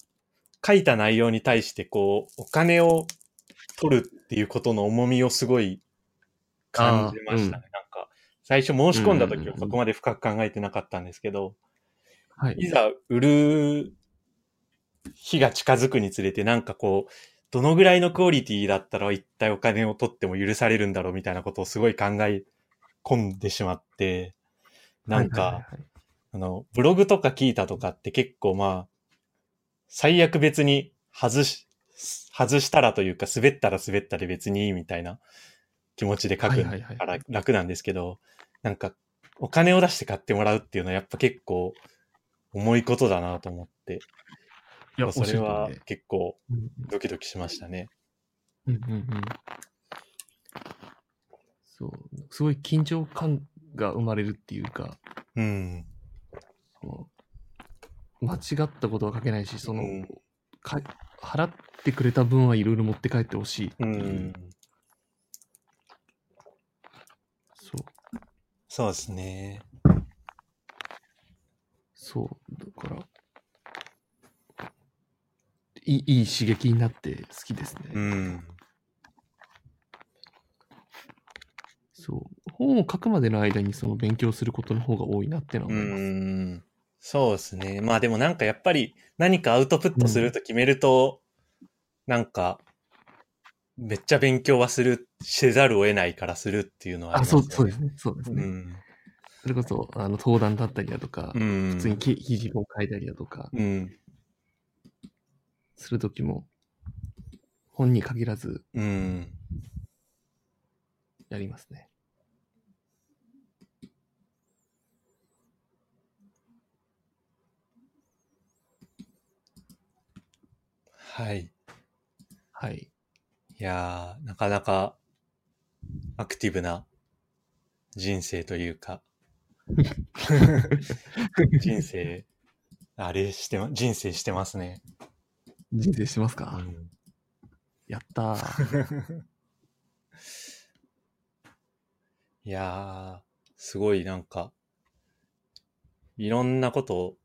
A: 書いた内容に対してこう、お金を取るっていうことの重みをすごい感じましたね。なんか、最初申し込んだ
B: うんうん
A: 時
B: うん
A: はそこまで深く考えてなかったんですけど、
B: はい。
A: いざ売る日が近づくにつれて、なんかこう、どのぐらいのクオリティだったら一体お金を取っても許されるんだろうみたいなことをすごい考え込んでしまって、なんか、
B: はいはいはいはい
A: あの、ブログとか聞いたとかって結構まあ、最悪別に外し、外したらというか滑ったら滑ったで別にいいみたいな気持ちで書く
B: はいはいはい
A: から楽なんですけど、なんかお金を出して買ってもらうっていうのはやっぱ結構重いことだなと思って、
B: いや、
A: それは
B: おっしゃる
A: 結構
B: 通りで
A: ドキドキしましたね。
B: うんうんうんうん。そう、すごい緊張感が生まれるっていうか、
A: うん。
B: こう間違ったことは書けないし、その、
A: うん
B: か払ってくれた分はいろいろ持って帰ってほしいって
A: う
B: いう、
A: ん。
B: そう、
A: そうですね。
B: そう、だから、いいいい刺激になって好きですね。
A: うん。
B: そう、本を書くまでの間にその勉強することの方が多いなってのは
A: う
B: 思います。
A: ん。そうですね。まあでもなんかやっぱり何かアウトプットすると決めると、なんか、めっちゃ勉強はする、せざるを得ないからするっていうのはあ
B: あ、
A: ります
B: そ
A: よね。
B: う、そうですね。そうですね。
A: うん。
B: それこそ、あの、登壇だったりだとか、
A: うん。
B: 普通に記記事を書いたりだとか
A: うん。
B: するときも、本に限らず
A: うん。
B: やりますね。
A: はい。
B: はい。
A: いやー、なかなかアクティブな人生というか、人生、あれしてま、人生してますね。
B: 人生してます
A: う
B: か、
A: ん
B: やったー。
A: いやー、すごいなんか、いろんなことを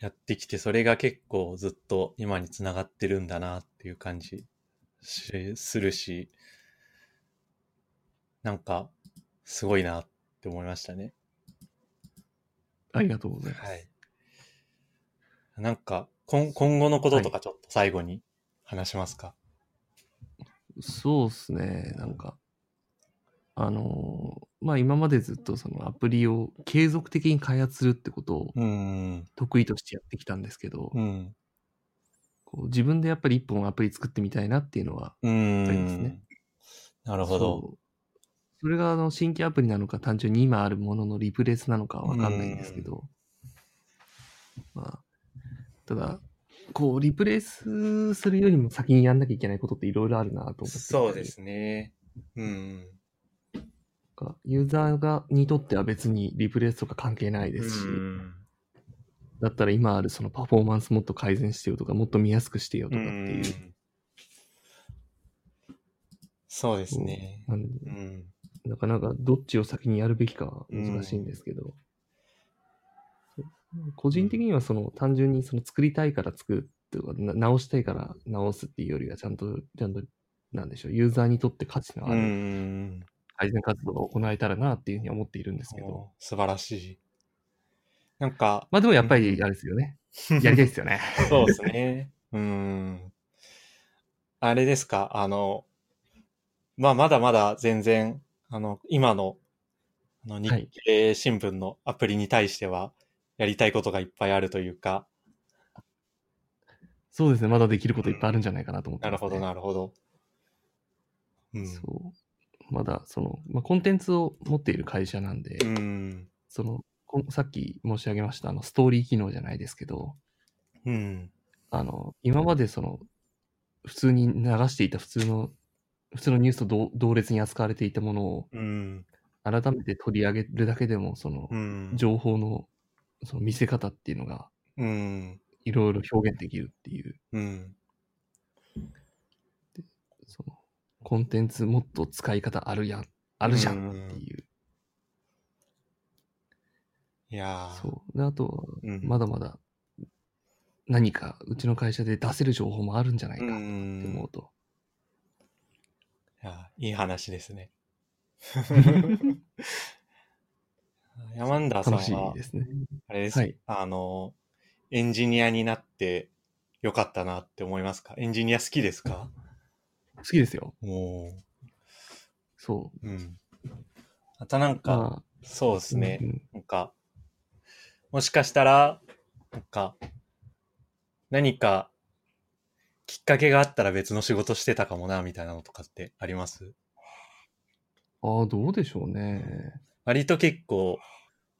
A: やってきて、それが結構ずっと今につながってるんだなっていう感じしするし、なんか、すごいなって思いましたね。
B: ありがとうございます。
A: はい。なんか、今今後のこととかちょっと最後に話しますか、
B: そうっすね。なんか、あのーまあ今までずっとそのアプリを継続的に開発するってことを
A: うん。
B: 得意としてやってきたんですけど、
A: うん。
B: こう自分でやっぱり一本アプリ作ってみたいなっていうのは、
A: うん。
B: ありますね
A: なるほど。
B: そう。それがあの新規アプリなのか、単純に今あるもののリプレイスなのかはわかんないんですけど、まあ、ただ、こう、リプレイスするよりも先にやんなきゃいけないことっていろいろあるなと思ってて。
A: そうですね。うん。
B: なんか。ユーザーがにとっては別にリプレイスとか関係ないですし、
A: うん
B: だったら今あるそのパフォーマンスもっと改善してよとか、もっと見やすくしてよと
A: う
B: かっていう。
A: んそうですね。
B: なんで
A: うん。
B: なかなかどっちを先にやるべきかは難しいんですけど、そう個人的にはその単純にその作りたいから作るとか、な直したいから直すっていうよりはちゃんと、ちゃんと、なんでしょう、ユーザーにとって価値のあ
A: う
B: る
A: ん。
B: 改善活動が行えたらなっていうふうに思っているんですけど、
A: お素晴らしい。なんか、
B: まあでもやっぱりあれです よね。やりたいですよね。
A: そうですね。 うん。あれですか、あの、まあ、まだまだ全然、あの、今の、あの
B: はい
A: 日経新聞のアプリに対しては、やりたいことがいっぱいあるというか、
B: そうですね。まだできることいっぱいあるんじゃないかなと思って
A: な
B: ま
A: る
B: すね、
A: ほど、なるほど。うん。
B: そう。まだその、まあ、コンテンツを持っている会社なんで、
A: うん。
B: その、こんさっき申し上げました、あの、ストーリー機能じゃないですけど、
A: うん。
B: あの、今までその、普通に流していた普通の、普通のニュースと同同列に扱われていたものを
A: うん。
B: 改めて取り上げるだけでも、その
A: う、ん。
B: 情報のその見せ方っていうのが、
A: うん。
B: いろいろ表現できるっていう、
A: うん。
B: その、コンテンツもっと使い方あるやん、あるじゃんっていう。
A: いやー
B: そう。で、あとは、
A: うん。
B: まだまだ、何かうちの会社で出せる情報もあるんじゃないうかって
A: ん。
B: 思うと、
A: いやーいい話ですね。ヤマンダーさん
B: 楽しい
A: は
B: で、すね。
A: あれです、
B: はい
A: あの、エンジニアになってよかったなって思いますかエンジニア好きですか
B: 好きですよ。
A: おー
B: そう。
A: うん。またなんか、
B: まあ
A: そうですね。
B: うん
A: なんか、もしかしたら、なんか、何か、きっかけがあったら別の仕事してたかもな、みたいなのとかってあります
B: ああ、どうでしょうね。
A: 割と結構、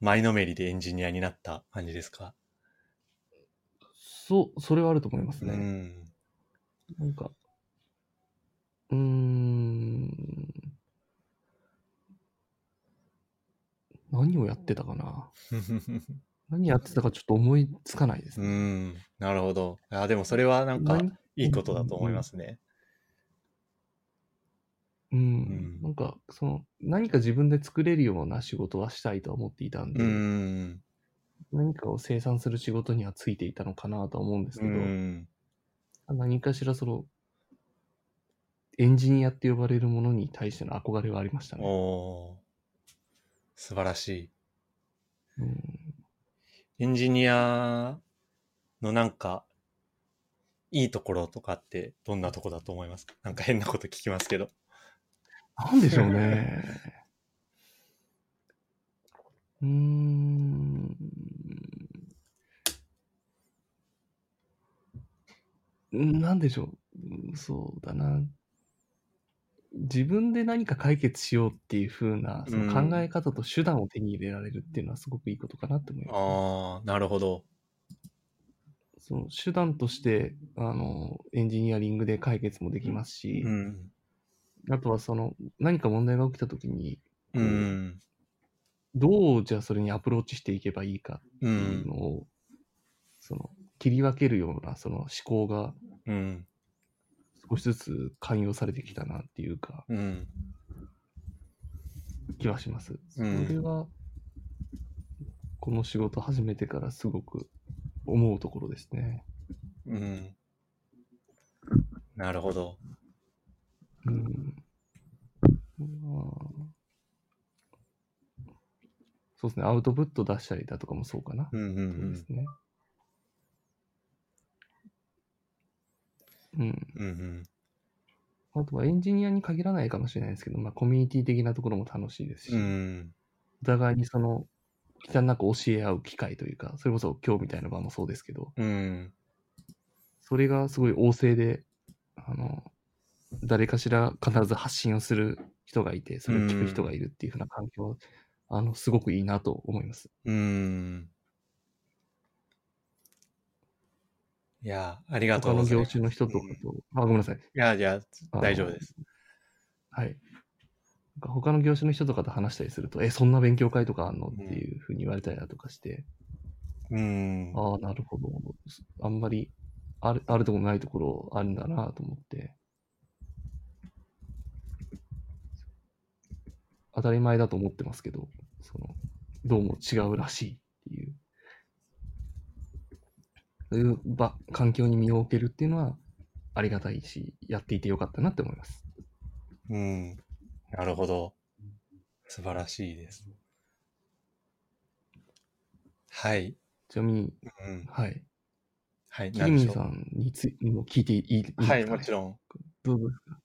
A: 前のめりでエンジニアになった感じですか
B: そう、それはあると思います
A: う
B: ね。
A: ん。
B: なんか、うーん。何をやってたかな。 何やってたかちょっと思いつかないです
A: う
B: ね。
A: ん。なるほど。あでもそれはなんか、
B: 何
A: いいことだと思いますね。
B: うんん。なんか、その、何か自分で作れるような仕事はしたいとは思っていたんで、
A: うん。
B: 何かを生産する仕事にはついていたのかなとは思うんです
A: う
B: けど、
A: ん。
B: 何かしらその、エンジニアって呼ばれるものに対しての憧れはありましたね。
A: おー素晴らしい。
B: うん、
A: エンジニアのなんか、いいところとかってどんなとこだと思いますかなんか変なこと聞きますけど。
B: なんでしょうね。うーん。なんでしょううん。そうだな。自分で何か解決しようっていう風なその考え方と手段を手に入れられるっていうのはすごくいいことかなって思います、ね。
A: ああ、なるほど。
B: その手段としてあのエンジニアリングで解決もできますし、
A: うん。
B: あとはその何か問題が起きた時に
A: うん。
B: どうじゃあそれにアプローチしていけばいいか
A: う。
B: っていうんのを、その切り分けるようなその思考が
A: うん。
B: 少しずつ寛容されてきたなっていうか
A: うん。
B: 気はします。そ
A: うん
B: れはこの仕事始めてからすごく思うところですね。
A: うん。なるほど。
B: うんまあそうですね、アウトプット出したりだとかもそうかな。
A: うんう
B: そうで
A: ん
B: すね。うん。
A: うん。うん
B: あとはエンジニアに限らないかもしれないですけど、まあコミュニティ的なところも楽しいですし、
A: うん。うん。
B: お互いにその、汚なく教え合う機会というか、それこそ今日みたいな場もそうですけど、
A: うん。
B: それがすごい旺盛で、あの、誰かしら必ず発信をする人がいて、それを聞く人がいるっていうふうな環境は、あの、すごくいいなと思います。
A: うん。いや、ありがと
B: 他
A: うご
B: の
A: ざい
B: 業
A: ます。
B: 種の人とかと、あ、ごめんなさい。
A: いや、いや、大丈夫です。
B: はい。なんか他の業種の人とかと話したりすると、え、そんな勉強会とかあんのっていうふうに言われたりだとかして、
A: うん。
B: ああ、なるほど。あんまりあるあるところないところあるんだなと思って。当たり前だと思ってますけど、その、どうも違うらしいっていう。そういう場、環境に身を置けるっていうのはありがたいし、やっていてよかったなって思います。
A: うん。なるほど。素晴らしいです。はい。
B: ちなみに、
A: うん。
B: はい。
A: はい。
B: キリミンさんについにも聞いていいいいです
A: 何でしょう
B: か、
A: はい、もちろん。
B: どうですか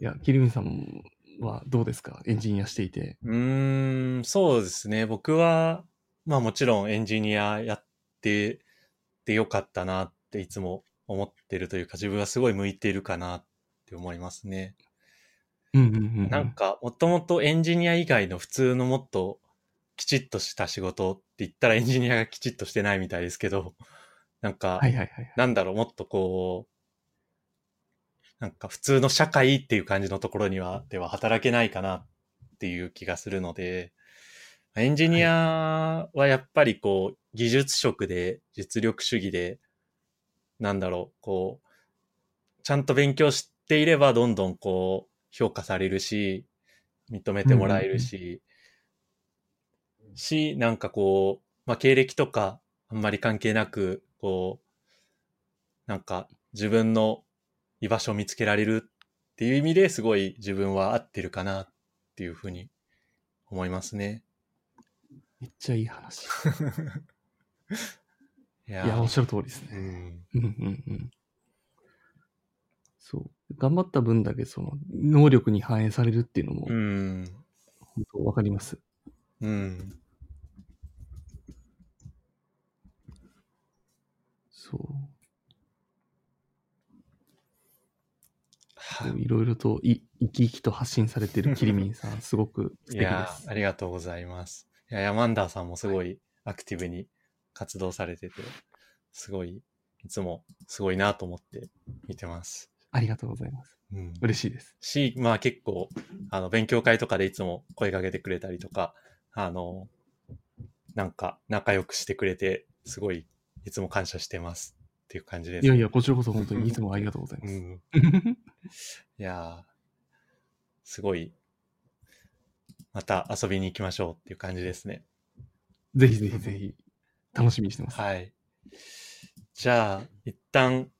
B: いや、キリミンさんはどうですかエンジニアしていて。
A: うーん、そうですね。僕は、まあもちろんエンジニアやっててよかったなっていつも思ってるというか、自分はすごい向いているかなって思いますね。
B: うんうんうん。
A: なんか、もともとエンジニア以外の普通のもっときちっとした仕事って言ったらエンジニアがきちっとしてないみたいですけど、なんか、
B: はいはいはい。
A: なんだろう、もっとこう、なんか普通の社会っていう感じのところには、では働けないかなっていう気がするので、エンジニアはやっぱりこう、技術職で、実力主義で、なんだろう、こう、ちゃんと勉強していればどんどんこう、評価されるし、認めてもらえるし、し、なんかこう、まあ、経歴とかあんまり関係なく、こう、なんか自分の居場所を見つけられるっていう意味ですごい自分は合ってるかなっていうふうに思いますね。
B: めっちゃいい話。
A: い
B: いや、おっ
A: や、
B: しゃる通りですね。
A: うん、
B: うんうんうん。そう。頑張った分だけ、その、能力に反映されるっていうのも
A: う、ん、
B: 本当わかります。
A: うん、
B: そう。
A: はい
B: こういろいろとい、生き生きと発信されてるキリミンさん、すごく素
A: い
B: 敵で
A: や
B: す
A: ー、。ありがとうございます。いや、ヤマンダーさんもすごいアクティブに活動されてて、すごい、いつもすごいなと思って見てます。
B: ありがとうございます。
A: うん。
B: 嬉しいです。
A: し、まあ結構、あの、勉強会とかでいつも声かけてくれたりとか、あの、なんか仲良くしてくれて、すごい、いつも感謝してますっていう感じです。
B: いやいや、こちらこそ本当にいつもありがとうございま
A: う
B: す。
A: ん。いやー、すごい、また遊びに行きましょうっていう感じですね。
B: ぜひぜひぜひ、楽しみにしてます。
A: はい。じゃあ、一旦、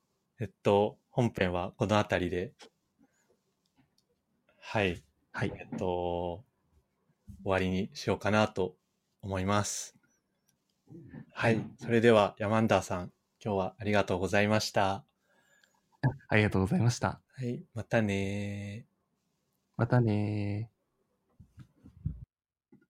A: えっと、本編はこの辺りで、はい、
B: はい。
A: えっと、終わりにしようかなと思います。はい。それでは、ヤマンダーさん、今日はありがとうございました。
B: ありがとうございました。
A: はい。またねー。
B: またねー。